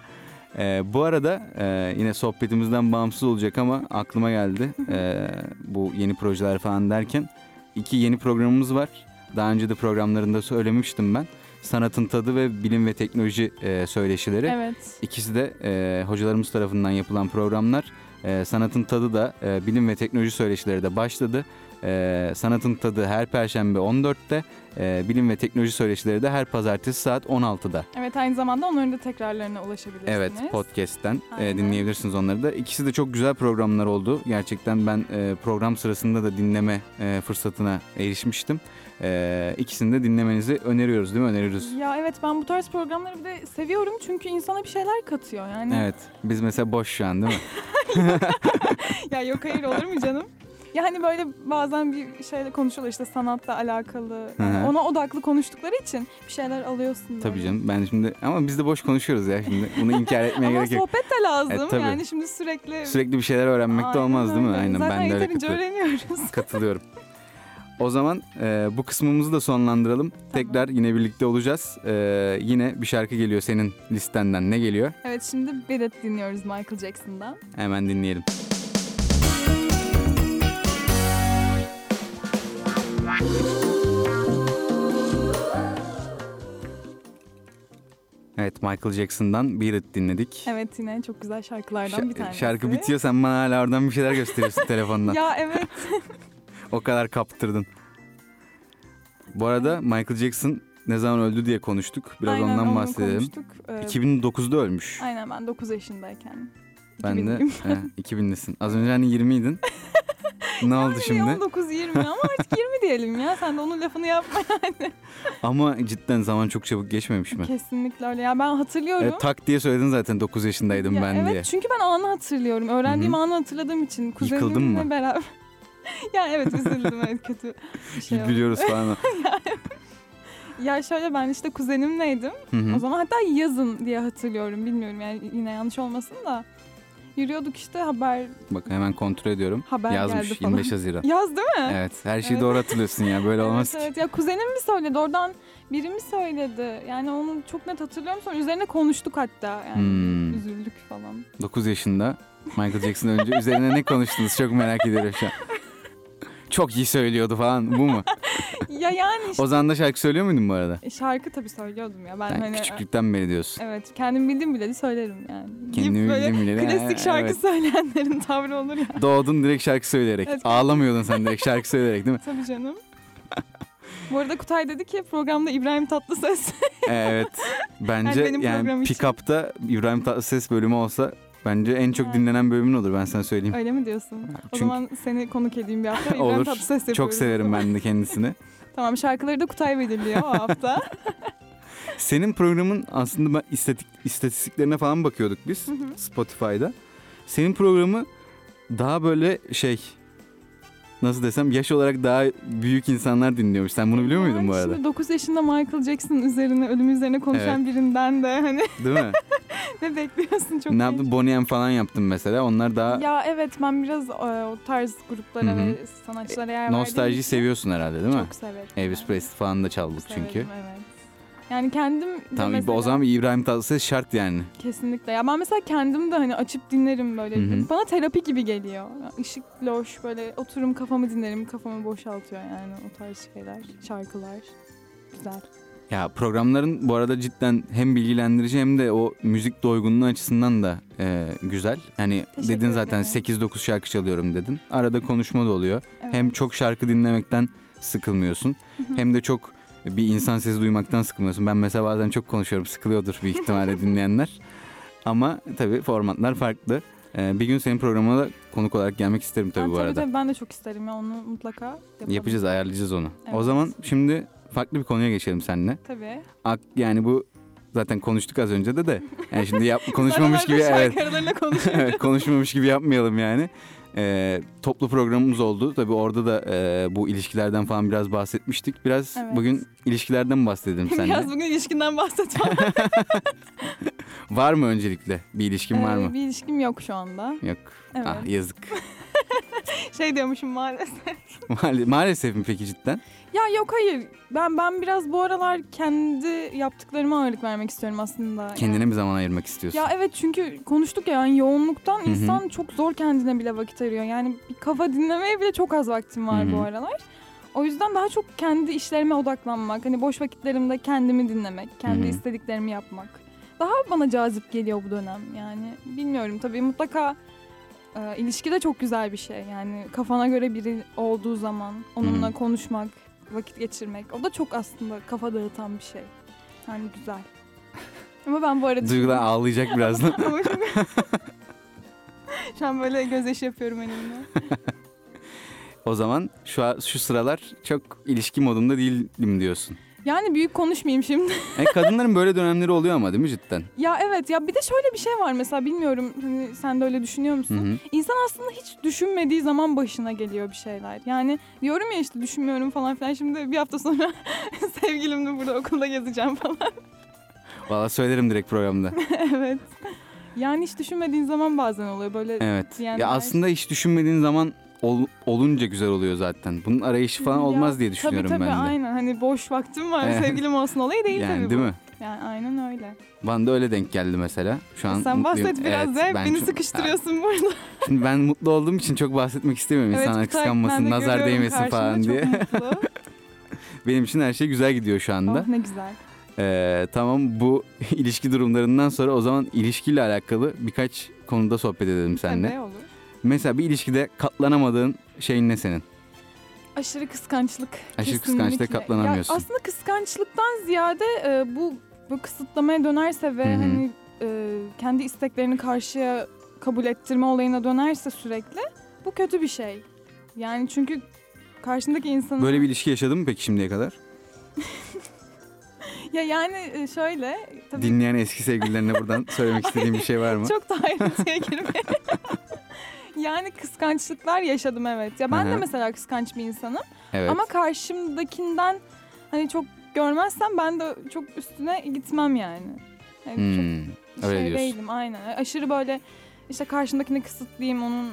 A: Ee, bu arada e, yine sohbetimizden bağımsız olacak ama aklıma geldi Ee, bu yeni projeler falan derken iki yeni programımız var. Daha önce de programlarında söylemiştim ben. Sanatın Tadı ve Bilim ve Teknoloji e, Söyleşileri.
B: Evet.
A: İkisi de e, hocalarımız tarafından yapılan programlar. E, sanatın tadı da e, bilim ve teknoloji söyleşileri de başladı. E, sanatın tadı her perşembe 14'te, e, bilim ve teknoloji söyleşileri de her pazartesi saat 16'da.
B: Evet aynı zamanda onların da tekrarlarına ulaşabilirsiniz.
A: Evet, podcast'ten e,
B: Aynen.
A: dinleyebilirsiniz onları da. İkisi de çok güzel programlar oldu. Gerçekten ben e, program sırasında da dinleme e, fırsatına erişmiştim. E, ikisini de dinlemenizi öneriyoruz değil mi? Öneriyoruz.
B: Ya evet ben bu tarz programları bir de seviyorum çünkü insana bir şeyler katıyor yani.
A: Evet, biz mesela boş şu an değil mi?
B: [LAUGHS] Ya yok hayır olur mu canım? Yani böyle bazen bir şeyle konuşuyorlar işte sanatla alakalı. Yani
A: Hı hı.
B: ona odaklı konuştukları için bir şeyler alıyorsun.
A: Tabii
B: böyle.
A: canım ben şimdi ama biz de boş konuşuyoruz ya şimdi bunu
B: [LAUGHS]
A: inkar etmeye
B: Ama
A: gerek yok.
B: sohbet de lazım.
A: E, tabii.
B: yani şimdi sürekli...
A: Sürekli bir şeyler öğrenmek de
B: Aynen
A: olmaz değil mi?
B: öyle.
A: Aynen
B: Zaten
A: ben de öyle
B: yeterince
A: katılıyorum.
B: öğreniyoruz. [LAUGHS]
A: katılıyorum. O zaman e, bu kısmımızı da sonlandıralım. Tekrar yine birlikte olacağız. E, yine bir şarkı geliyor senin listenden. Ne geliyor?
B: evet şimdi Bedet dinliyoruz Michael Jackson'dan.
A: Hemen dinleyelim. Evet Michael Jackson'dan Beat It dinledik.
B: Evet yine çok güzel şarkılardan bir
A: Şa-
B: tanesi.
A: Şarkı bitiyor sen bana hala oradan bir şeyler
B: [LAUGHS]
A: gösteriyorsun telefondan.
B: Ya evet.
A: O kadar kaptırdın. Bu arada Michael Jackson ne zaman öldü diye konuştuk. [LAUGHS] Biraz
B: aynen,
A: ondan
B: onu
A: bahsedelim.
B: konuştuk. Ee,
A: 2009'da ölmüş.
B: Aynen ben 9 yaşındayken.
A: ben de
B: 2000'liyim.
A: he, 2000'lisin. Az önce hani 20'ydin.
B: [LAUGHS]
A: ne oldu şimdi?
B: 19-20 ama artık 20 diyelim ya. Sen de onun lafını yapma.
A: Ama cidden zaman çok çabuk geçmemiş mi?
B: Kesinlikle öyle. Ya ben hatırlıyorum.
A: Evet, tak diye söyledin zaten 9 yaşındaydım
B: Ya
A: ben
B: evet,
A: diye.
B: çünkü ben anı hatırlıyorum. Öğrendiğim
A: Hı
B: anı hatırladığım için.
A: Yıkıldın
B: Kuzenimle
A: mı?
B: beraber. [LAUGHS] ya evet üzüldüm evet kötü bir şey oldu.
A: Gülüyoruz
B: [LAUGHS]
A: falan.
B: Ya şöyle ben işte kuzenimleydim.
A: Hı hı.
B: O zaman hatta yazın diye hatırlıyorum. Bilmiyorum yani yine yanlış olmasın da. Yürüyorduk işte haber
A: Bak hemen kontrol ediyorum.
B: haber geldi
A: Yazmış
B: falan.
A: 25 Haziran.
B: [LAUGHS] Yaz değil mi?
A: Evet her şeyi
B: Evet.
A: doğru hatırlıyorsun ya böyle olmaz
B: evet,
A: ki.
B: evet. Ya kuzenim mi söyledi oradan biri mi söyledi? Yani onu çok net hatırlıyorum sonra üzerine konuştuk hatta. Yani
A: Hmm.
B: üzüldük falan. [LAUGHS]
A: 9 yaşında Michael Jackson önce üzerine ne konuştunuz çok merak ediyorum şu an. Çok iyi söylüyordu falan bu mu?
B: ya yani işte,
A: O zaman da şarkı söylüyor muydun bu arada?
B: şarkı tabii söylüyordum ya. Ben
A: Yani
B: hani
A: küçüklükten beri diyorsun.
B: Evet, kendim bildim bileli söylerim yani.
A: Kendimi
B: Gibi böyle
A: bildim bileli,
B: Klasik
A: ha,
B: şarkı
A: evet.
B: söyleyenlerin tavrı olur ya.
A: Doğdun direkt şarkı söyleyerek.
B: Evet.
A: Ağlamıyordun sen direkt şarkı söyleyerek değil mi?
B: Tabii
A: [LAUGHS]
B: canım. Bu arada Kutay dedi ki programda İbrahim Tatlıses.
A: Evet. Bence
B: Yani benim
A: yani,
B: program için.
A: Pick Up'ta İbrahim Tatlıses bölümü olsa bence en çok
B: Ha.
A: dinlenen bölümün olur ben sana söyleyeyim.
B: Öyle mi diyorsun? O
A: Çünkü-
B: zaman seni konuk edeyim
A: [LAUGHS]
B: bir hafta. İbrahim
A: Olur.
B: Tatlıses yapıyoruz.
A: Çok severim ben de kendisini.
B: Tamam şarkıları da
A: [LAUGHS]
B: Kutay belirliyor o hafta.
A: Senin programın aslında ben istatik, istatistiklerine falan bakıyorduk biz
B: Hı hı.
A: Spotify'da. Senin programı daha böyle şey nasıl desem yaş olarak daha büyük insanlar dinliyormuş. Sen bunu biliyor muydun
B: Yani
A: bu arada?
B: Şimdi 9 yaşında Michael Jackson üzerine ölüm üzerine konuşan birinden de hani [LAUGHS]
A: Değil mi?
B: ne bekliyorsun çok
A: ne
B: iyi.
A: yaptın? Bonnie M falan yaptım mesela. Onlar daha
B: Ya evet ben biraz e, o tarz gruplara
A: Hı hı.
B: ve sanatçılara yer verdiğim
A: nostaljiyi
B: için
A: seviyorsun herhalde değil mi?
B: Çok severim.
A: Elvis
B: yani.
A: Presley falan da çaldık
B: Severim,
A: çünkü.
B: evet. Yani kendim de
A: Tamam
B: mesela,
A: o zaman bir İbrahim Tatlıses şart yani.
B: kesinlikle. Ya ben mesela kendim de hani açıp dinlerim böyle.
A: Hı hı.
B: Bana terapi gibi geliyor. Ya Işık loş böyle oturum kafamı dinlerim, kafamı boşaltıyor yani o tarz şeyler, şarkılar. Güzel.
A: Ya programların bu arada cidden hem bilgilendirici hem de o müzik doygunluğu açısından da e, güzel. Hani
B: Teşekkür
A: dedin zaten
B: ederim.
A: 8-9 şarkı çalıyorum dedin. Arada konuşma da oluyor.
B: Evet.
A: Hem çok şarkı dinlemekten sıkılmıyorsun.
B: hı.
A: hem de çok bir insan sesi duymaktan sıkılmıyorsun. Ben mesela bazen çok konuşuyorum. Sıkılıyordur büyük
B: [LAUGHS]
A: ihtimalle dinleyenler. Ama tabii formatlar farklı. E, bir gün senin programına da konuk olarak gelmek isterim tabii
B: Ha,
A: bu arada.
B: tabii ben de çok isterim ya onu mutlaka yapalım.
A: Yapacağız, ayarlayacağız onu. O
B: Evet.
A: zaman şimdi farklı bir konuya geçelim seninle.
B: Tabii.
A: Ak, yani bu zaten konuştuk az önce de de. Yani şimdi
B: [LAUGHS]
A: yap, konuşmamış gibi evet,
B: Şarkılarıyla
A: [LAUGHS] evet konuşmamış gibi yapmayalım yani. Ee, toplu programımız oldu. Tabii orada da e, bu ilişkilerden falan biraz bahsetmiştik. Biraz
B: Evet.
A: bugün ilişkilerden bahsedelim
B: [LAUGHS]
A: seninle.
B: Biraz bugün ilişkinden bahsetmem.
A: [LAUGHS] Var mı öncelikle? Bir ilişkin var
B: Ee,
A: mı?
B: Bir ilişkim yok şu anda.
A: Yok.
B: Ee, Evet.
A: Ah yazık. [LAUGHS]
B: Şey diyormuşum maalesef.
A: Maal- Maalesef mi peki cidden?
B: Ya yok hayır. Ben ben biraz bu aralar kendi yaptıklarıma ağırlık vermek istiyorum aslında.
A: Kendine bir zaman ayırmak istiyorsun.
B: Ya evet çünkü konuştuk ya yani yoğunluktan
A: hı.
B: insan çok zor kendine bile vakit ayırıyor. Yani bir kafa dinlemeye bile çok az vaktim var
A: Hı hı.
B: bu aralar. O yüzden daha çok kendi işlerime odaklanmak, hani boş vakitlerimde kendimi dinlemek, kendi
A: Hı hı.
B: istediklerimi yapmak. Daha bana cazip geliyor bu dönem yani. Bilmiyorum tabii mutlaka e, ilişki de çok güzel bir şey. Yani kafana göre biri olduğu zaman onunla
A: Hı.
B: konuşmak, vakit geçirmek. O da çok aslında kafa dağıtan bir şey. Yani güzel. [LAUGHS] Ama ben bu arada... [LAUGHS]
A: Duygular ağlayacak birazdan.
B: Ama şimdi- [LAUGHS] Şu an böyle gözyaşı yapıyorum elimle.
A: o zaman şu a- şu sıralar çok ilişki modunda değilim diyorsun.
B: Yani büyük konuşmayayım şimdi. [LAUGHS]
A: E, kadınların böyle dönemleri oluyor ama değil mi cidden?
B: ya evet ya bir de şöyle bir şey var mesela bilmiyorum hani sen de öyle düşünüyor
A: Hı
B: musun?
A: hı.
B: İnsan aslında hiç düşünmediği zaman başına geliyor bir şeyler. Yani diyorum ya işte düşünmüyorum falan filan şimdi bir hafta sonra [LAUGHS] sevgilimle burada okulda gezeceğim falan.
A: Valla söylerim direkt
B: [LAUGHS]
A: programda.
B: evet. Yani hiç düşünmediğin zaman bazen oluyor böyle.
A: Evet.
B: Diyenler.
A: Ya aslında hiç düşünmediğin zaman ol- olunca güzel oluyor zaten. Bunun arayışı falan
B: Ya,
A: olmaz diye düşünüyorum
B: tabii, tabii,
A: ben de.
B: aynen hani boş vaktim var
A: Evet.
B: sevgilim olsun olayı değil
A: yani
B: tabii
A: değil
B: bu.
A: mi?
B: Yani aynen öyle.
A: Bana da öyle denk geldi mesela. Şu an
B: Sen
A: mutluyum.
B: bahset biraz
A: Evet,
B: da
A: ben
B: beni
A: çok-
B: sıkıştırıyorsun burada.
A: Ha, Şimdi ben mutlu olduğum için çok bahsetmek istemiyorum.
B: Evet,
A: İnsanlar
B: Kutay, ben
A: kıskanmasın,
B: de
A: nazar
B: görüyorum
A: değmesin
B: karşımda,
A: falan
B: çok
A: diye.
B: mutlu.
A: [LAUGHS] Benim için her şey güzel gidiyor şu anda.
B: oh ne güzel.
A: Ee, tamam bu [LAUGHS] ilişki durumlarından sonra o zaman ilişkiyle alakalı birkaç konuda sohbet edelim seninle.
B: Tabii olur.
A: Mesela bir ilişkide katlanamadığın şey ne senin?
B: Aşırı kıskançlık.
A: Aşırı
B: kesinlikle.
A: kıskançlıkta katlanamıyorsun.
B: Ya aslında kıskançlıktan ziyade e, bu, bu kısıtlamaya dönerse ve
A: Hı hı.
B: hani e, kendi isteklerini karşıya kabul ettirme olayına dönerse sürekli bu kötü bir şey. Yani çünkü karşındaki insanın
A: Böyle bir ilişki yaşadın mı peki şimdiye kadar?
B: ya yani e, şöyle tabii
A: Dinleyen eski sevgililerine
B: [LAUGHS]
A: buradan söylemek istediğim bir şey var mı?
B: Çok da
A: [LAUGHS]
B: ayrıntıya girmeye. yani kıskançlıklar yaşadım evet. Ya ben
A: Hı
B: de
A: hı.
B: mesela kıskanç bir insanım.
A: Evet.
B: Ama karşımdakinden hani çok görmezsem ben de çok üstüne gitmem yani. Yani
A: Hmm,
B: çok
A: öyle
B: şey
A: diyorsun.
B: değilim aynen. Aşırı böyle işte karşımdakini kısıtlayayım onun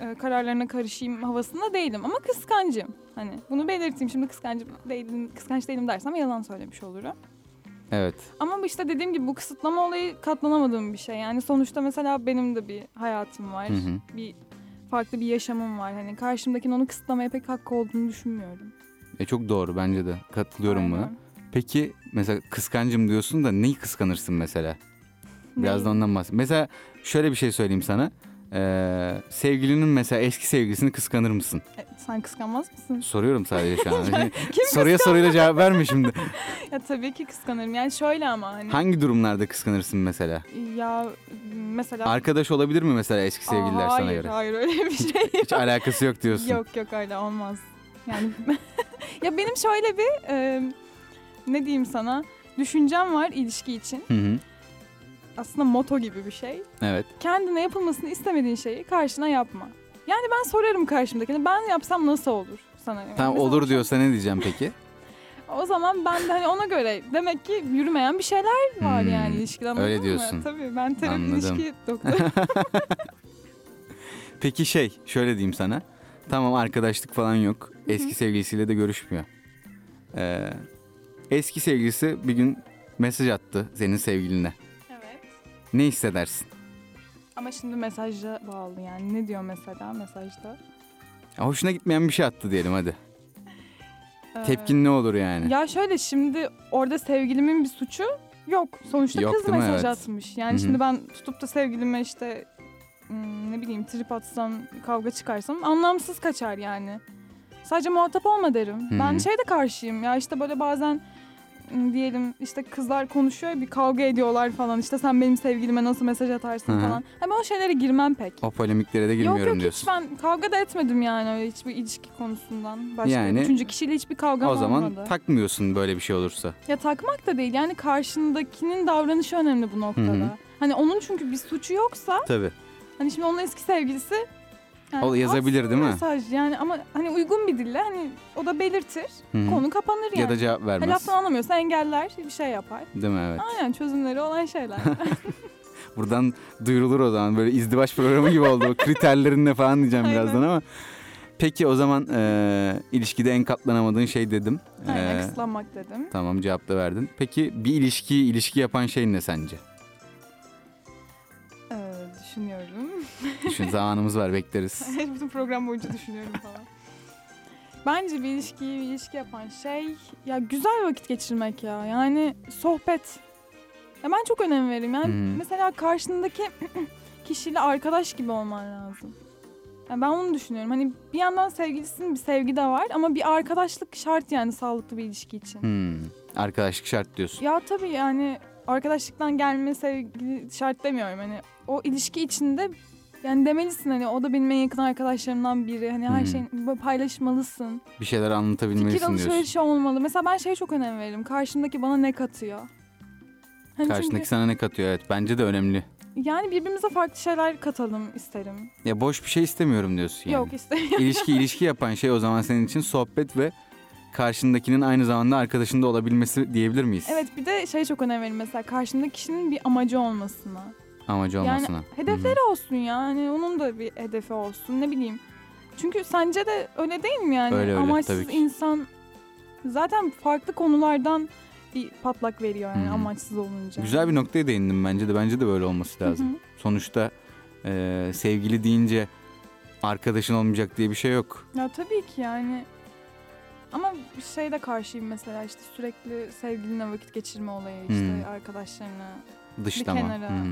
B: e, kararlarına karışayım havasında değilim ama kıskancım. Hani bunu belirteyim şimdi kıskancım değilim, kıskanç değilim dersem yalan söylemiş olurum.
A: Evet.
B: Ama bu işte dediğim gibi bu kısıtlama olayı katlanamadığım bir şey. Yani sonuçta mesela benim de bir hayatım var.
A: Hı hı.
B: Bir farklı bir yaşamım var. Hani karşımdakinin onu kısıtlamaya pek hakkı olduğunu düşünmüyorum.
A: E çok doğru bence de. Katılıyorum buna.
B: Aynen.
A: Peki mesela kıskancım diyorsun da neyi kıskanırsın mesela?
B: Ne?
A: Biraz da ondan bahset. Mesela şöyle bir şey söyleyeyim sana. Ee, sevgilinin mesela eski sevgilisini kıskanır mısın?
B: E, sen kıskanmaz
A: [LAUGHS]
B: mısın?
A: Soruyorum sadece
B: [LAUGHS]
A: şu an. Şimdi
B: Kim
A: Soruya soruyla cevap verme şimdi.
B: Ya tabii ki kıskanırım. Yani şöyle ama hani
A: Hangi durumlarda kıskanırsın mesela?
B: ya mesela
A: Arkadaş olabilir mi mesela eski
B: Aa,
A: sevgililer
B: hayır,
A: sana göre?
B: Hayır
A: [LAUGHS]
B: öyle bir şey yok.
A: Hiç alakası yok diyorsun.
B: Yok yok öyle olmaz. Yani [LAUGHS] ya benim şöyle bir e, ne diyeyim sana düşüncem var ilişki için.
A: Hı hı.
B: Aslında moto gibi bir şey.
A: Evet.
B: kendine yapılmasını istemediğin şeyi karşına yapma. Yani ben sorarım karşımdakine ben yapsam nasıl olur sana? Yani
A: Tamam
B: mesela
A: olur
B: şu-
A: diyorsa ne diyeceğim peki?
B: O zaman ben de hani ona göre demek ki yürümeyen bir şeyler var
A: Hmm,
B: yani ilişkiden anladın
A: öyle
B: mı?
A: diyorsun.
B: Tabii ben terapi
A: Anladım. [LAUGHS]
B: ilişki doktoru.
A: Peki şey şöyle diyeyim sana. Tamam arkadaşlık falan yok. Eski sevgilisiyle de görüşmüyor. Ee, eski sevgilisi bir gün mesaj attı senin sevgiline.
B: Evet.
A: Ne hissedersin?
B: Ama şimdi mesajla bağlı yani. Ne diyor mesela mesajda?
A: Ya hoşuna gitmeyen bir şey attı diyelim hadi.
B: Ee,
A: Tepkin ne olur yani?
B: Ya şöyle şimdi orada sevgilimin bir suçu yok. Sonuçta
A: Yok
B: kız
A: değil mi?
B: mesaj
A: Evet.
B: atmış. Yani
A: Hı hı.
B: şimdi ben tutup da sevgilime işte hmm, ne bileyim trip atsam, kavga çıkarsam anlamsız kaçar yani. Sadece muhatap olma derim.
A: Hı
B: Ben
A: hı.
B: şey de karşıyım ya işte böyle bazen hmm, diyelim işte kızlar konuşuyor ya, bir kavga ediyorlar falan işte sen benim sevgilime nasıl mesaj atarsın
A: Hı hı.
B: falan. Ha, ben o şeylere girmem pek.
A: O polemiklere de girmiyorum
B: yok yok
A: diyorsun.
B: hiç ben kavga da etmedim yani öyle hiçbir ilişki konusundan. Başka
A: Yani-
B: üçüncü kişiyle hiçbir kavgam
A: O zaman
B: olmadı.
A: takmıyorsun böyle bir şey olursa.
B: Ya takmak da değil yani karşındakinin davranışı önemli bu noktada.
A: Hı hı.
B: Hani onun çünkü bir suçu yoksa
A: Tabii.
B: hani şimdi onun eski sevgilisi yani
A: O yazabilir
B: atsın
A: değil mi?
B: Mesaj yani ama hani uygun bir dille hani o da belirtir.
A: Hı hı.
B: Konu kapanır yani.
A: Ya da cevap
B: Ha,
A: vermez.
B: laftan anlamıyorsa engeller bir şey yapar.
A: Değil mi evet.
B: Aynen çözümleri olan şeyler.
A: [LAUGHS] Buradan duyurulur o zaman böyle izdivaç programı gibi oldu. O kriterlerin ne falan diyeceğim
B: Aynen.
A: birazdan ama. Peki o zaman e, ilişkide en katlanamadığın şey dedim.
B: Aynen
A: E,
B: kısıtlanmak dedim.
A: tamam cevap da verdin. Peki bir ilişki ilişki yapan şey ne sence?
B: Ee, düşünüyorum.
A: Düşün zamanımız var bekleriz.
B: [LAUGHS] Bütün program boyunca düşünüyorum falan. Bence bir ilişkiyi bir ilişki yapan şey ya güzel vakit geçirmek ya. Yani sohbet. Ya ben çok önem veririm. Yani
A: Hı.
B: mesela karşındaki [CLEARS THROAT] kişiyle arkadaş gibi olman lazım. Ya ben onu düşünüyorum. Hani bir yandan sevgilisinin bir sevgi de var ama bir arkadaşlık şart yani sağlıklı bir ilişki için.
A: Hmm, Arkadaşlık şart diyorsun.
B: Ya tabii yani arkadaşlıktan gelme sevgili şart demiyorum. Hani o ilişki içinde yani demelisin hani o da benim en yakın arkadaşlarımdan biri. Hani her
A: Hı.
B: şeyin böyle paylaşmalısın.
A: Bir şeyler
B: Fikir
A: anlatabilmelisin diyorsun.
B: alışverişi olmalı. Mesela ben şeye çok önem veririm. Karşımdaki bana ne katıyor? Hani
A: Karşındaki sana ne katıyor evet bence de önemli.
B: çünkü yani birbirimize farklı şeyler katalım isterim.
A: Ya boş bir şey istemiyorum diyorsun yani.
B: Yok [LAUGHS] istemiyorum.
A: İlişki ilişki yapan şey o zaman senin için sohbet ve karşındakinin aynı zamanda arkadaşında olabilmesi diyebilir miyiz?
B: Evet bir de şey çok önem veririm mesela karşımdaki kişinin bir amacı olmasına.
A: Amacı
B: Yani
A: olmasına.
B: hedefleri olsun yani onun da bir hedefi olsun ne bileyim. Çünkü sence de öyle değil mi yani?
A: Öyle öyle,
B: Amaçsız
A: tabii ki.
B: insan zaten farklı konulardan bir patlak veriyor yani
A: Hı hı.
B: amaçsız olunca.
A: Güzel bir noktaya değindim bence de. Bence de böyle olması lazım.
B: Hı hı.
A: Sonuçta e, sevgili deyince arkadaşın olmayacak diye bir şey yok.
B: Ya tabii ki yani. Ama bir şey de karşıyım mesela işte sürekli sevgilinle vakit geçirme olayı işte
A: Hı.
B: arkadaşlarını
A: Dışlama.
B: kenara.
A: Hı.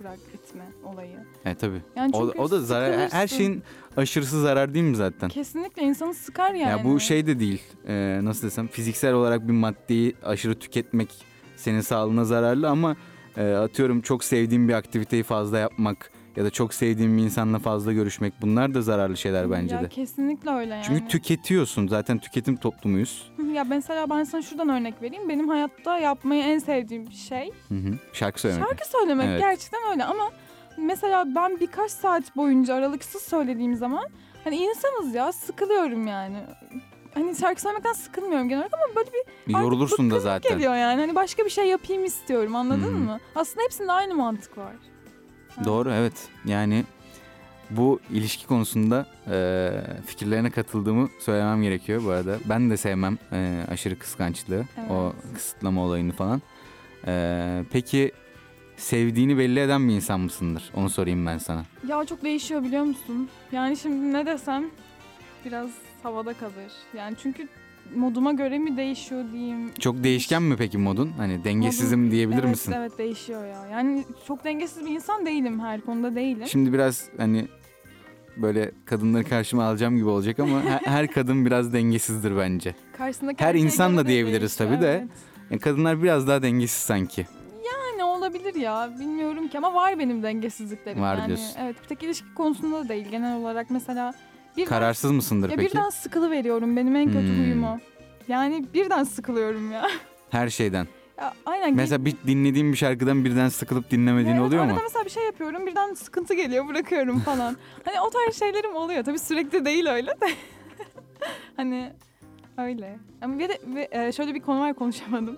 B: bırak gitme olayı.
A: E tabii.
B: Yani
A: O,
B: çünkü
A: o da zarar. Her
B: sıkılırsın.
A: şeyin aşırısı zarar değil mi zaten?
B: kesinlikle insanı sıkar yani.
A: Ya bu şey de değil. Ee, nasıl desem fiziksel olarak bir maddeyi aşırı tüketmek senin sağlığına zararlı ama e, atıyorum çok sevdiğim bir aktiviteyi fazla yapmak ya da çok sevdiğim bir insanla fazla görüşmek bunlar da zararlı şeyler bence
B: ya
A: de.
B: kesinlikle öyle yani.
A: Çünkü tüketiyorsun. Zaten tüketim toplumuyuz.
B: Ya mesela ben sana şuradan örnek vereyim. Benim hayatta yapmayı en sevdiğim şey
A: Hı hı. Şarkı söylemek.
B: şarkı söylemek.
A: Evet.
B: Gerçekten öyle ama mesela ben birkaç saat boyunca aralıksız söylediğim zaman hani insanız ya sıkılıyorum yani. Hani şarkı söylemekten sıkılmıyorum genel olarak ama
A: Yorulursun da zaten. Hmm.
B: geliyor yani. Hani başka bir şey yapayım istiyorum anladın
A: Hı.
B: mı? Aslında hepsinde aynı mantık var.
A: Doğru evet. Yani bu ilişki konusunda e, fikirlerine katıldığımı söylemem gerekiyor bu arada. Ben de sevmem e, aşırı kıskançlığı,
B: Evet.
A: o kısıtlama olayını falan. E, peki sevdiğini belli eden bir insan mısındır? Onu sorayım ben sana.
B: Ya çok değişiyor biliyor musun? Yani şimdi ne desem biraz havada kalır. Yani çünkü moduma göre mi değişiyor diyeyim.
A: Çok değişken mi peki modun? Hani dengesizim diyebilir
B: evet,
A: misin?
B: Evet değişiyor ya. Yani çok dengesiz bir insan değilim her konuda değilim.
A: Şimdi biraz hani böyle kadınları karşıma alacağım gibi olacak
B: [LAUGHS]
A: ama her, her kadın biraz dengesizdir bence.
B: Karşısındaki
A: her
B: erkeğe
A: insan
B: göre
A: da
B: de
A: diyebiliriz
B: değişiyor,
A: tabii de.
B: evet.
A: Yani kadınlar biraz daha dengesiz sanki.
B: Yani olabilir ya bilmiyorum ki ama var benim dengesizliklerim.
A: Var
B: yani,
A: diyorsun.
B: Evet bir tek ilişki konusunda da değil genel olarak mesela. Birden,
A: Kararsız mısındır
B: ya
A: peki?
B: birden sıkılı veriyorum benim en kötü
A: Hmm.
B: huyum o. Yani birden sıkılıyorum ya. [LAUGHS]
A: Her şeyden.
B: ya aynen.
A: Mesela bir dinlediğim bir şarkıdan birden sıkılıp dinlemediğin
B: Ya evet,
A: oluyor mu?
B: Arada mesela bir şey yapıyorum birden sıkıntı geliyor
A: [LAUGHS]
B: bırakıyorum falan. [LAUGHS] hani o tarz şeylerim oluyor. Tabii sürekli değil öyle de. hani Öyle. Ama bir de ve, e, şöyle bir konu var konuşamadım.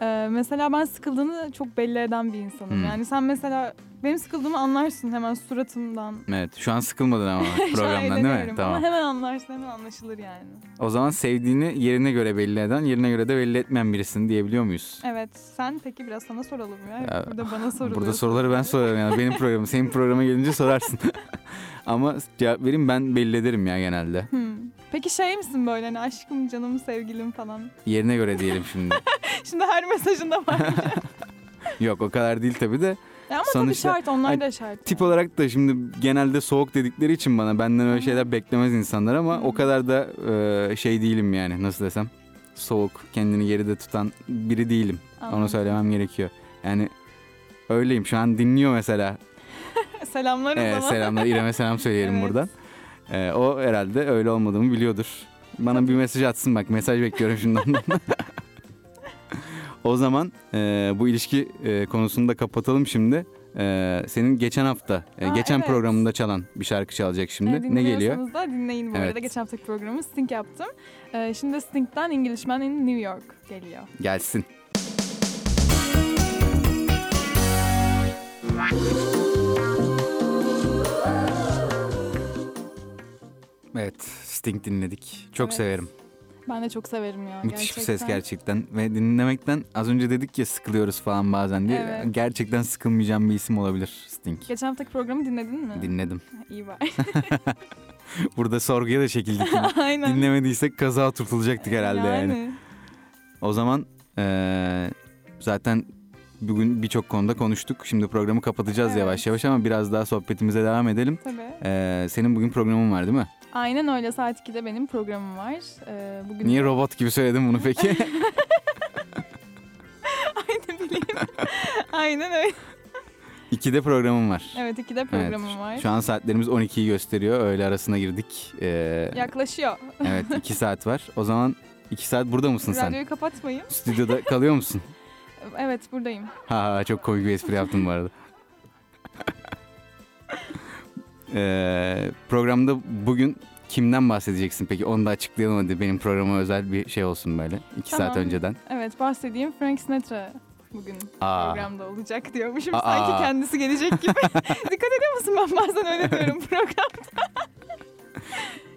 B: E, mesela ben sıkıldığını çok belli eden bir insanım.
A: Hmm.
B: Yani sen mesela benim sıkıldığımı anlarsın hemen suratımdan. [LAUGHS]
A: Evet şu an sıkılmadın ama
B: Şu an
A: programdan değil mi?
B: eğleniyorum
A: Tamam.
B: Ama hemen anlarsın, hemen anlaşılır yani.
A: O zaman sevdiğini yerine göre belli eden, yerine göre de belli etmeyen birisin diyebiliyor muyuz?
B: Evet, sen peki biraz sana soralım ya.
A: Ya,
B: Burada bana soruluyor.
A: Burada soruları ben sorarım yani benim programım. Senin programa gelince sorarsın. [LAUGHS] Ama cevap vereyim ben belli ederim ya genelde.
B: Hmm. Peki şey misin böyle hani aşkım, canım, sevgilim falan?
A: Yerine göre diyelim şimdi.
B: Şimdi her mesajında
A: [LAUGHS]
B: var.
A: Yok o kadar değil tabii de.
B: Ya ama
A: Sonuçta-
B: tabii şart, onlar
A: Ay,
B: da şart.
A: Tip
B: yani.
A: olarak da şimdi genelde soğuk dedikleri için bana benden öyle şeyler beklemez insanlar ama o kadar da e, şey değilim yani nasıl desem. Soğuk, kendini geride tutan biri değilim. Onu
B: Anladım. [LAUGHS]
A: söylemem gerekiyor. Yani öyleyim şu an dinliyor mesela.
B: Selamlar o
A: Ee,
B: zaman.
A: selamlar İrem'e selam söyleyelim
B: Evet.
A: buradan. Ee, o herhalde öyle olmadığımı biliyordur. Bana bir mesaj atsın bak mesaj bekliyorum şimdi ondan. [LAUGHS] o zaman e, bu ilişki e, konusunu da kapatalım şimdi. E, senin geçen hafta, e,
B: Aa,
A: geçen
B: evet.
A: programında çalan bir şarkı çalacak şimdi.
B: Ee,
A: ne geliyor?
B: dinlemiyorsanız da dinleyin bu
A: Evet.
B: arada. Geçen haftaki programı Stink yaptım. Ee, şimdi de Stink'ten Englishman in New York geliyor.
A: Gelsin. Evet, Sting dinledik. Çok
B: Evet.
A: severim.
B: Ben de çok severim ya.
A: Müthiş
B: gerçekten.
A: bir ses gerçekten. Ve dinlemekten az önce dedik ya sıkılıyoruz falan bazen diye.
B: Evet.
A: Gerçekten sıkılmayacağım bir isim olabilir Sting.
B: Geçen haftaki programı dinledin mi?
A: Dinledim. [LAUGHS]
B: İyi var. [LAUGHS]
A: Burada sorguya da çekildik. yine.
B: Aynen.
A: Dinlemediysek kaza oturtulacaktık herhalde yani. O zaman eee, zaten bugün birçok konuda konuştuk. Şimdi programı kapatacağız
B: Evet.
A: yavaş yavaş ama biraz daha sohbetimize devam edelim.
B: Tabii.
A: Eee, senin bugün programın var değil mi?
B: Aynen öyle saat 2'de benim programım var. Ee, bugün
A: Niye robot gibi söyledin bunu peki?
B: [LAUGHS]
A: [LAUGHS] [LAUGHS]
B: ne bileyim. Aynen öyle.
A: İkide programım var.
B: Evet 2'de
A: Evet,
B: programım
A: şu-
B: var.
A: Şu an saatlerimiz 12'yi gösteriyor. Öğle arasına girdik. Eee,
B: Yaklaşıyor.
A: Evet 2 saat var. O zaman 2 saat burada mısın sen?
B: Radyoyu kapatmayayım.
A: Stüdyoda kalıyor musun?
B: Evet buradayım.
A: Ha ha, çok komik bir espri yaptım bu arada. Ee, programda bugün kimden bahsedeceksin peki? Onu da açıklayalım hadi. Benim programa özel bir şey olsun böyle. 2 saat
B: Tamam.
A: önceden.
B: Evet bahsedeyim Frank Sinatra bugün
A: Aa.
B: programda olacak diyormuşum.
A: Aa.
B: Sanki kendisi gelecek gibi. [LAUGHS] Dikkat ediyor musun? Ben bazen
A: [LAUGHS]
B: öyle diyorum programda.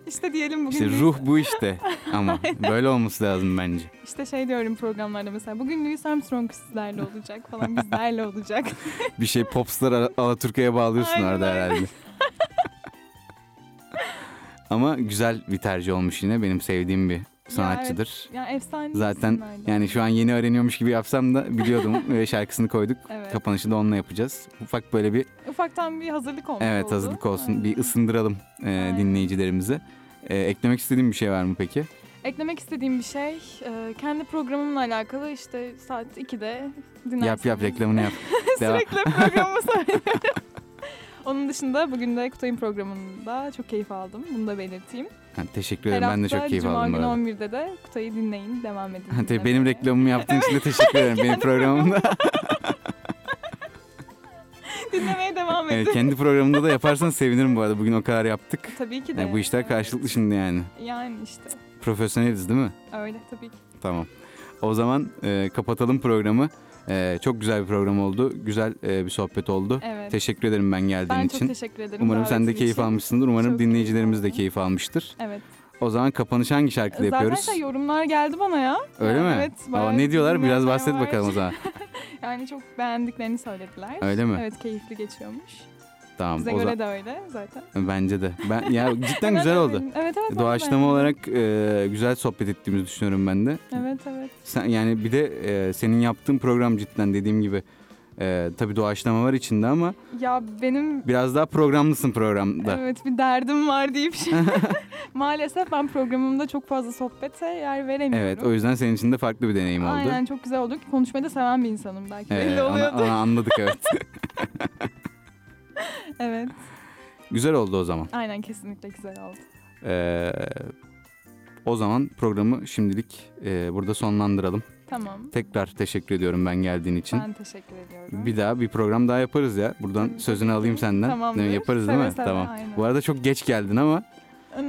B: işte diyelim bugün.
A: İşte
B: Louis-
A: ruh bu
B: [LAUGHS]
A: işte. Ama böyle olması lazım bence.
B: İşte şey diyorum programlarda mesela. Bugün Louis Armstrong sizlerle olacak
A: [LAUGHS]
B: falan bizlerle olacak.
A: Bir şey popstar Ala- Alaturka'ya bağlıyorsun
B: Aynen
A: orada
B: öyle. [LAUGHS]
A: herhalde. Ama güzel bir tercih olmuş yine. Benim sevdiğim bir sanatçıdır.
B: Yani efsane
A: Zaten
B: isimlerden.
A: yani şu an yeni öğreniyormuş gibi yapsam da
B: [LAUGHS]
A: biliyordum ve şarkısını koyduk.
B: Evet.
A: Kapanışı da onunla yapacağız. Ufak böyle bir
B: Ufaktan bir hazırlık olmuş
A: evet
B: oldu.
A: hazırlık olsun.
B: Aynen.
A: Bir ısındıralım e,
B: Aynen.
A: dinleyicilerimizi. E, eklemek istediğin bir şey var mı peki?
B: Eklemek istediğim bir şey. e, kendi programımla alakalı işte saat 2'de dinlersiniz.
A: Yap yap reklamını
B: [LAUGHS]
A: yap. [LAUGHS] Devam.
B: Sürekli programımı [LAUGHS] söylüyorum. Onun dışında bugün de Kutay'ın programında çok keyif aldım. Bunu da belirteyim.
A: Ha, teşekkür ederim. Ben de çok keyif
B: Cuma
A: aldım. bu [LAUGHS]
B: günü
A: arada.
B: 11'de de Kutay'ı dinleyin. Devam edin.
A: Ha, tabii
B: dinlemeye.
A: benim reklamımı yaptığın için de teşekkür ederim. Benim programımda
B: [LAUGHS] Dinlemeye devam
A: e,
B: edin.
A: kendi programımda da
B: [LAUGHS]
A: yaparsan sevinirim bu arada. Bugün o kadar yaptık.
B: Tabii ki de.
A: Yani bu işler
B: Evet.
A: karşılıklı şimdi yani.
B: Yani işte.
A: Profesyoneliz değil mi?
B: Öyle tabii ki.
A: Tamam. O zaman e, kapatalım programı. E, çok güzel bir program oldu. Güzel e, bir sohbet oldu.
B: Evet.
A: Teşekkür ederim ben geldiğin
B: ben
A: için.
B: çok teşekkür ederim.
A: Umarım sen de
B: davetin
A: keyif
B: için.
A: almışsındır. Umarım
B: Çok
A: dinleyicilerimiz de
B: keyif aldım.
A: keyif almıştır.
B: Evet.
A: O zaman kapanış hangi şarkıyla
B: Zaten
A: yapıyoruz?
B: şey yorumlar geldi bana ya.
A: Öyle mi?
B: Evet,
A: Aa,
B: bayağı
A: ne diyorlar? Biraz
B: dinleyenler
A: bahset
B: var.
A: bakalım o
B: [LAUGHS]
A: zaman.
B: Yani çok beğendiklerini söylediler.
A: Öyle mi?
B: Evet keyifli geçiyormuş.
A: Tamam.
B: Bize
A: o
B: göre
A: zaman.
B: de öyle zaten.
A: Bence de. Ben ya cidden
B: [LAUGHS] Ben
A: güzel
B: de
A: oldu.
B: beğendim. Evet evet. ben de
A: Doğaçlama
B: beğendim.
A: olarak e, güzel sohbet ettiğimizi düşünüyorum ben de.
B: Evet evet.
A: Sen, yani bir de e, senin yaptığın program cidden dediğim gibi e, tabii doğaçlama var içinde ama
B: Ya benim
A: biraz daha programlısın programda.
B: evet bir derdim var
A: [LAUGHS]
B: deyip şey. Maalesef ben programımda çok fazla sohbete yer veremiyorum.
A: Evet, o yüzden senin için de farklı bir deneyim oldu.
B: Aynen çok güzel oldu. Konuşmayı da seven bir insanım belki
A: Ee,
B: belli
A: ona-
B: oluyordu. [LAUGHS]
A: ona anladık evet.
B: Evet.
A: Güzel oldu o zaman.
B: Aynen kesinlikle güzel oldu.
A: Ee, o zaman programı şimdilik e, burada sonlandıralım.
B: Tamam.
A: Tekrar teşekkür ediyorum ben geldiğin için.
B: Ben teşekkür ediyorum.
A: Bir daha bir program daha yaparız ya. Buradan
B: Tabii,
A: sözünü
B: tabii.
A: alayım senden.
B: Tamamdır.
A: Değil mi? Yaparız
B: Seve
A: değil mi?
B: seve,
A: tamam.
B: aynen.
A: Bu arada çok geç geldin ama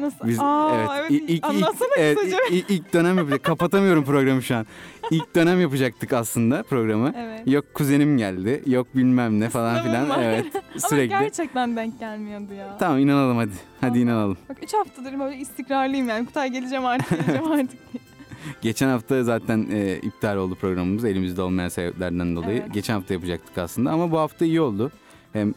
B: Nasıl?
A: Biz
B: Aa,
A: evet,
B: evet.
A: i- ilk, ilk,
B: Anlatsana
A: evet,
B: kısaca.
A: i- i- ilk dönem yapacak. Kapatamıyorum programı şu an. İlk dönem yapacaktık aslında programı.
B: [LAUGHS] Evet.
A: Yok kuzenim geldi, yok bilmem ne falan
B: Sınavım
A: filan.
B: var.
A: Evet. Sürekli.
B: [LAUGHS] Ama gerçekten denk gelmiyordu ya.
A: Tamam inanalım hadi. Hadi
B: Tamam.
A: inanalım.
B: Bak 3 haftadır böyle istikrarlıyım yani. Kutay geleceğim artık
A: [LAUGHS]
B: geleceğim artık.
A: Geçen hafta zaten e, iptal oldu programımız elimizde olmayan sebeplerden dolayı.
B: Evet.
A: Geçen hafta yapacaktık aslında ama bu hafta iyi oldu.
B: Evet.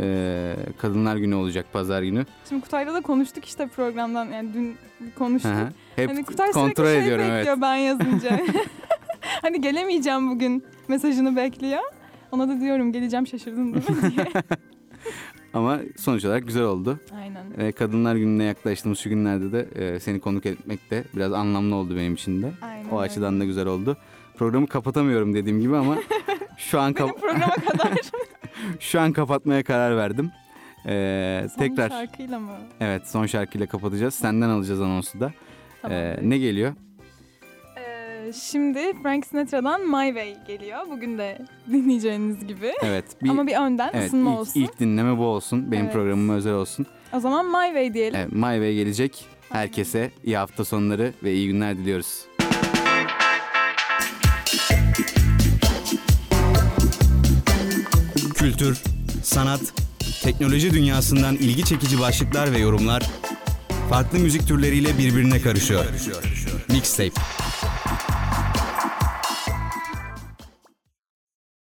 A: E, Kadınlar Günü olacak pazar günü.
B: Şimdi Kutay'la da konuştuk işte programdan yani dün konuştuk.
A: Hı hı. Hep
B: Hani Kutay
A: kontrol
B: sürekli şey
A: ediyorum
B: bekliyor
A: evet.
B: ben
A: [LAUGHS]
B: yazınca. [LAUGHS] hani gelemeyeceğim bugün mesajını bekliyor. Ona da diyorum geleceğim şaşırdın değil
A: [LAUGHS]
B: mi diye.
A: Ama sonuç olarak güzel oldu.
B: Aynen.
A: E, Kadınlar Günü'ne yaklaştığımız şu günlerde de e, seni konuk etmek de biraz anlamlı oldu benim için de.
B: Aynen.
A: O
B: öyle.
A: açıdan da güzel oldu. Programı kapatamıyorum dediğim gibi
B: [LAUGHS]
A: ama şu an
B: Benim
A: kap-
B: [LAUGHS] programa
A: [LAUGHS]
B: kadar.
A: şu an kapatmaya karar verdim. E,
B: Son
A: tekrar
B: şarkıyla mı?
A: evet son şarkıyla kapatacağız. Senden alacağız anonsu da.
B: Tamam.
A: E, ne geliyor?
B: Ee, şimdi Frank Sinatra'dan My Way geliyor. Bugün de dinleyeceğiniz gibi.
A: Evet. Bir,
B: Ama bir önden
A: evet,
B: ısınma
A: ilk,
B: olsun.
A: ilk dinleme bu olsun. Benim
B: Evet.
A: programıma özel olsun.
B: O zaman My Way diyelim.
A: Evet, My Way gelecek.
B: Aynen.
A: Herkese iyi hafta sonları ve iyi günler diliyoruz. Kültür, sanat, teknoloji dünyasından ilgi çekici başlıklar ve yorumlar farklı müzik türleriyle birbirine karışıyor. Mixtape.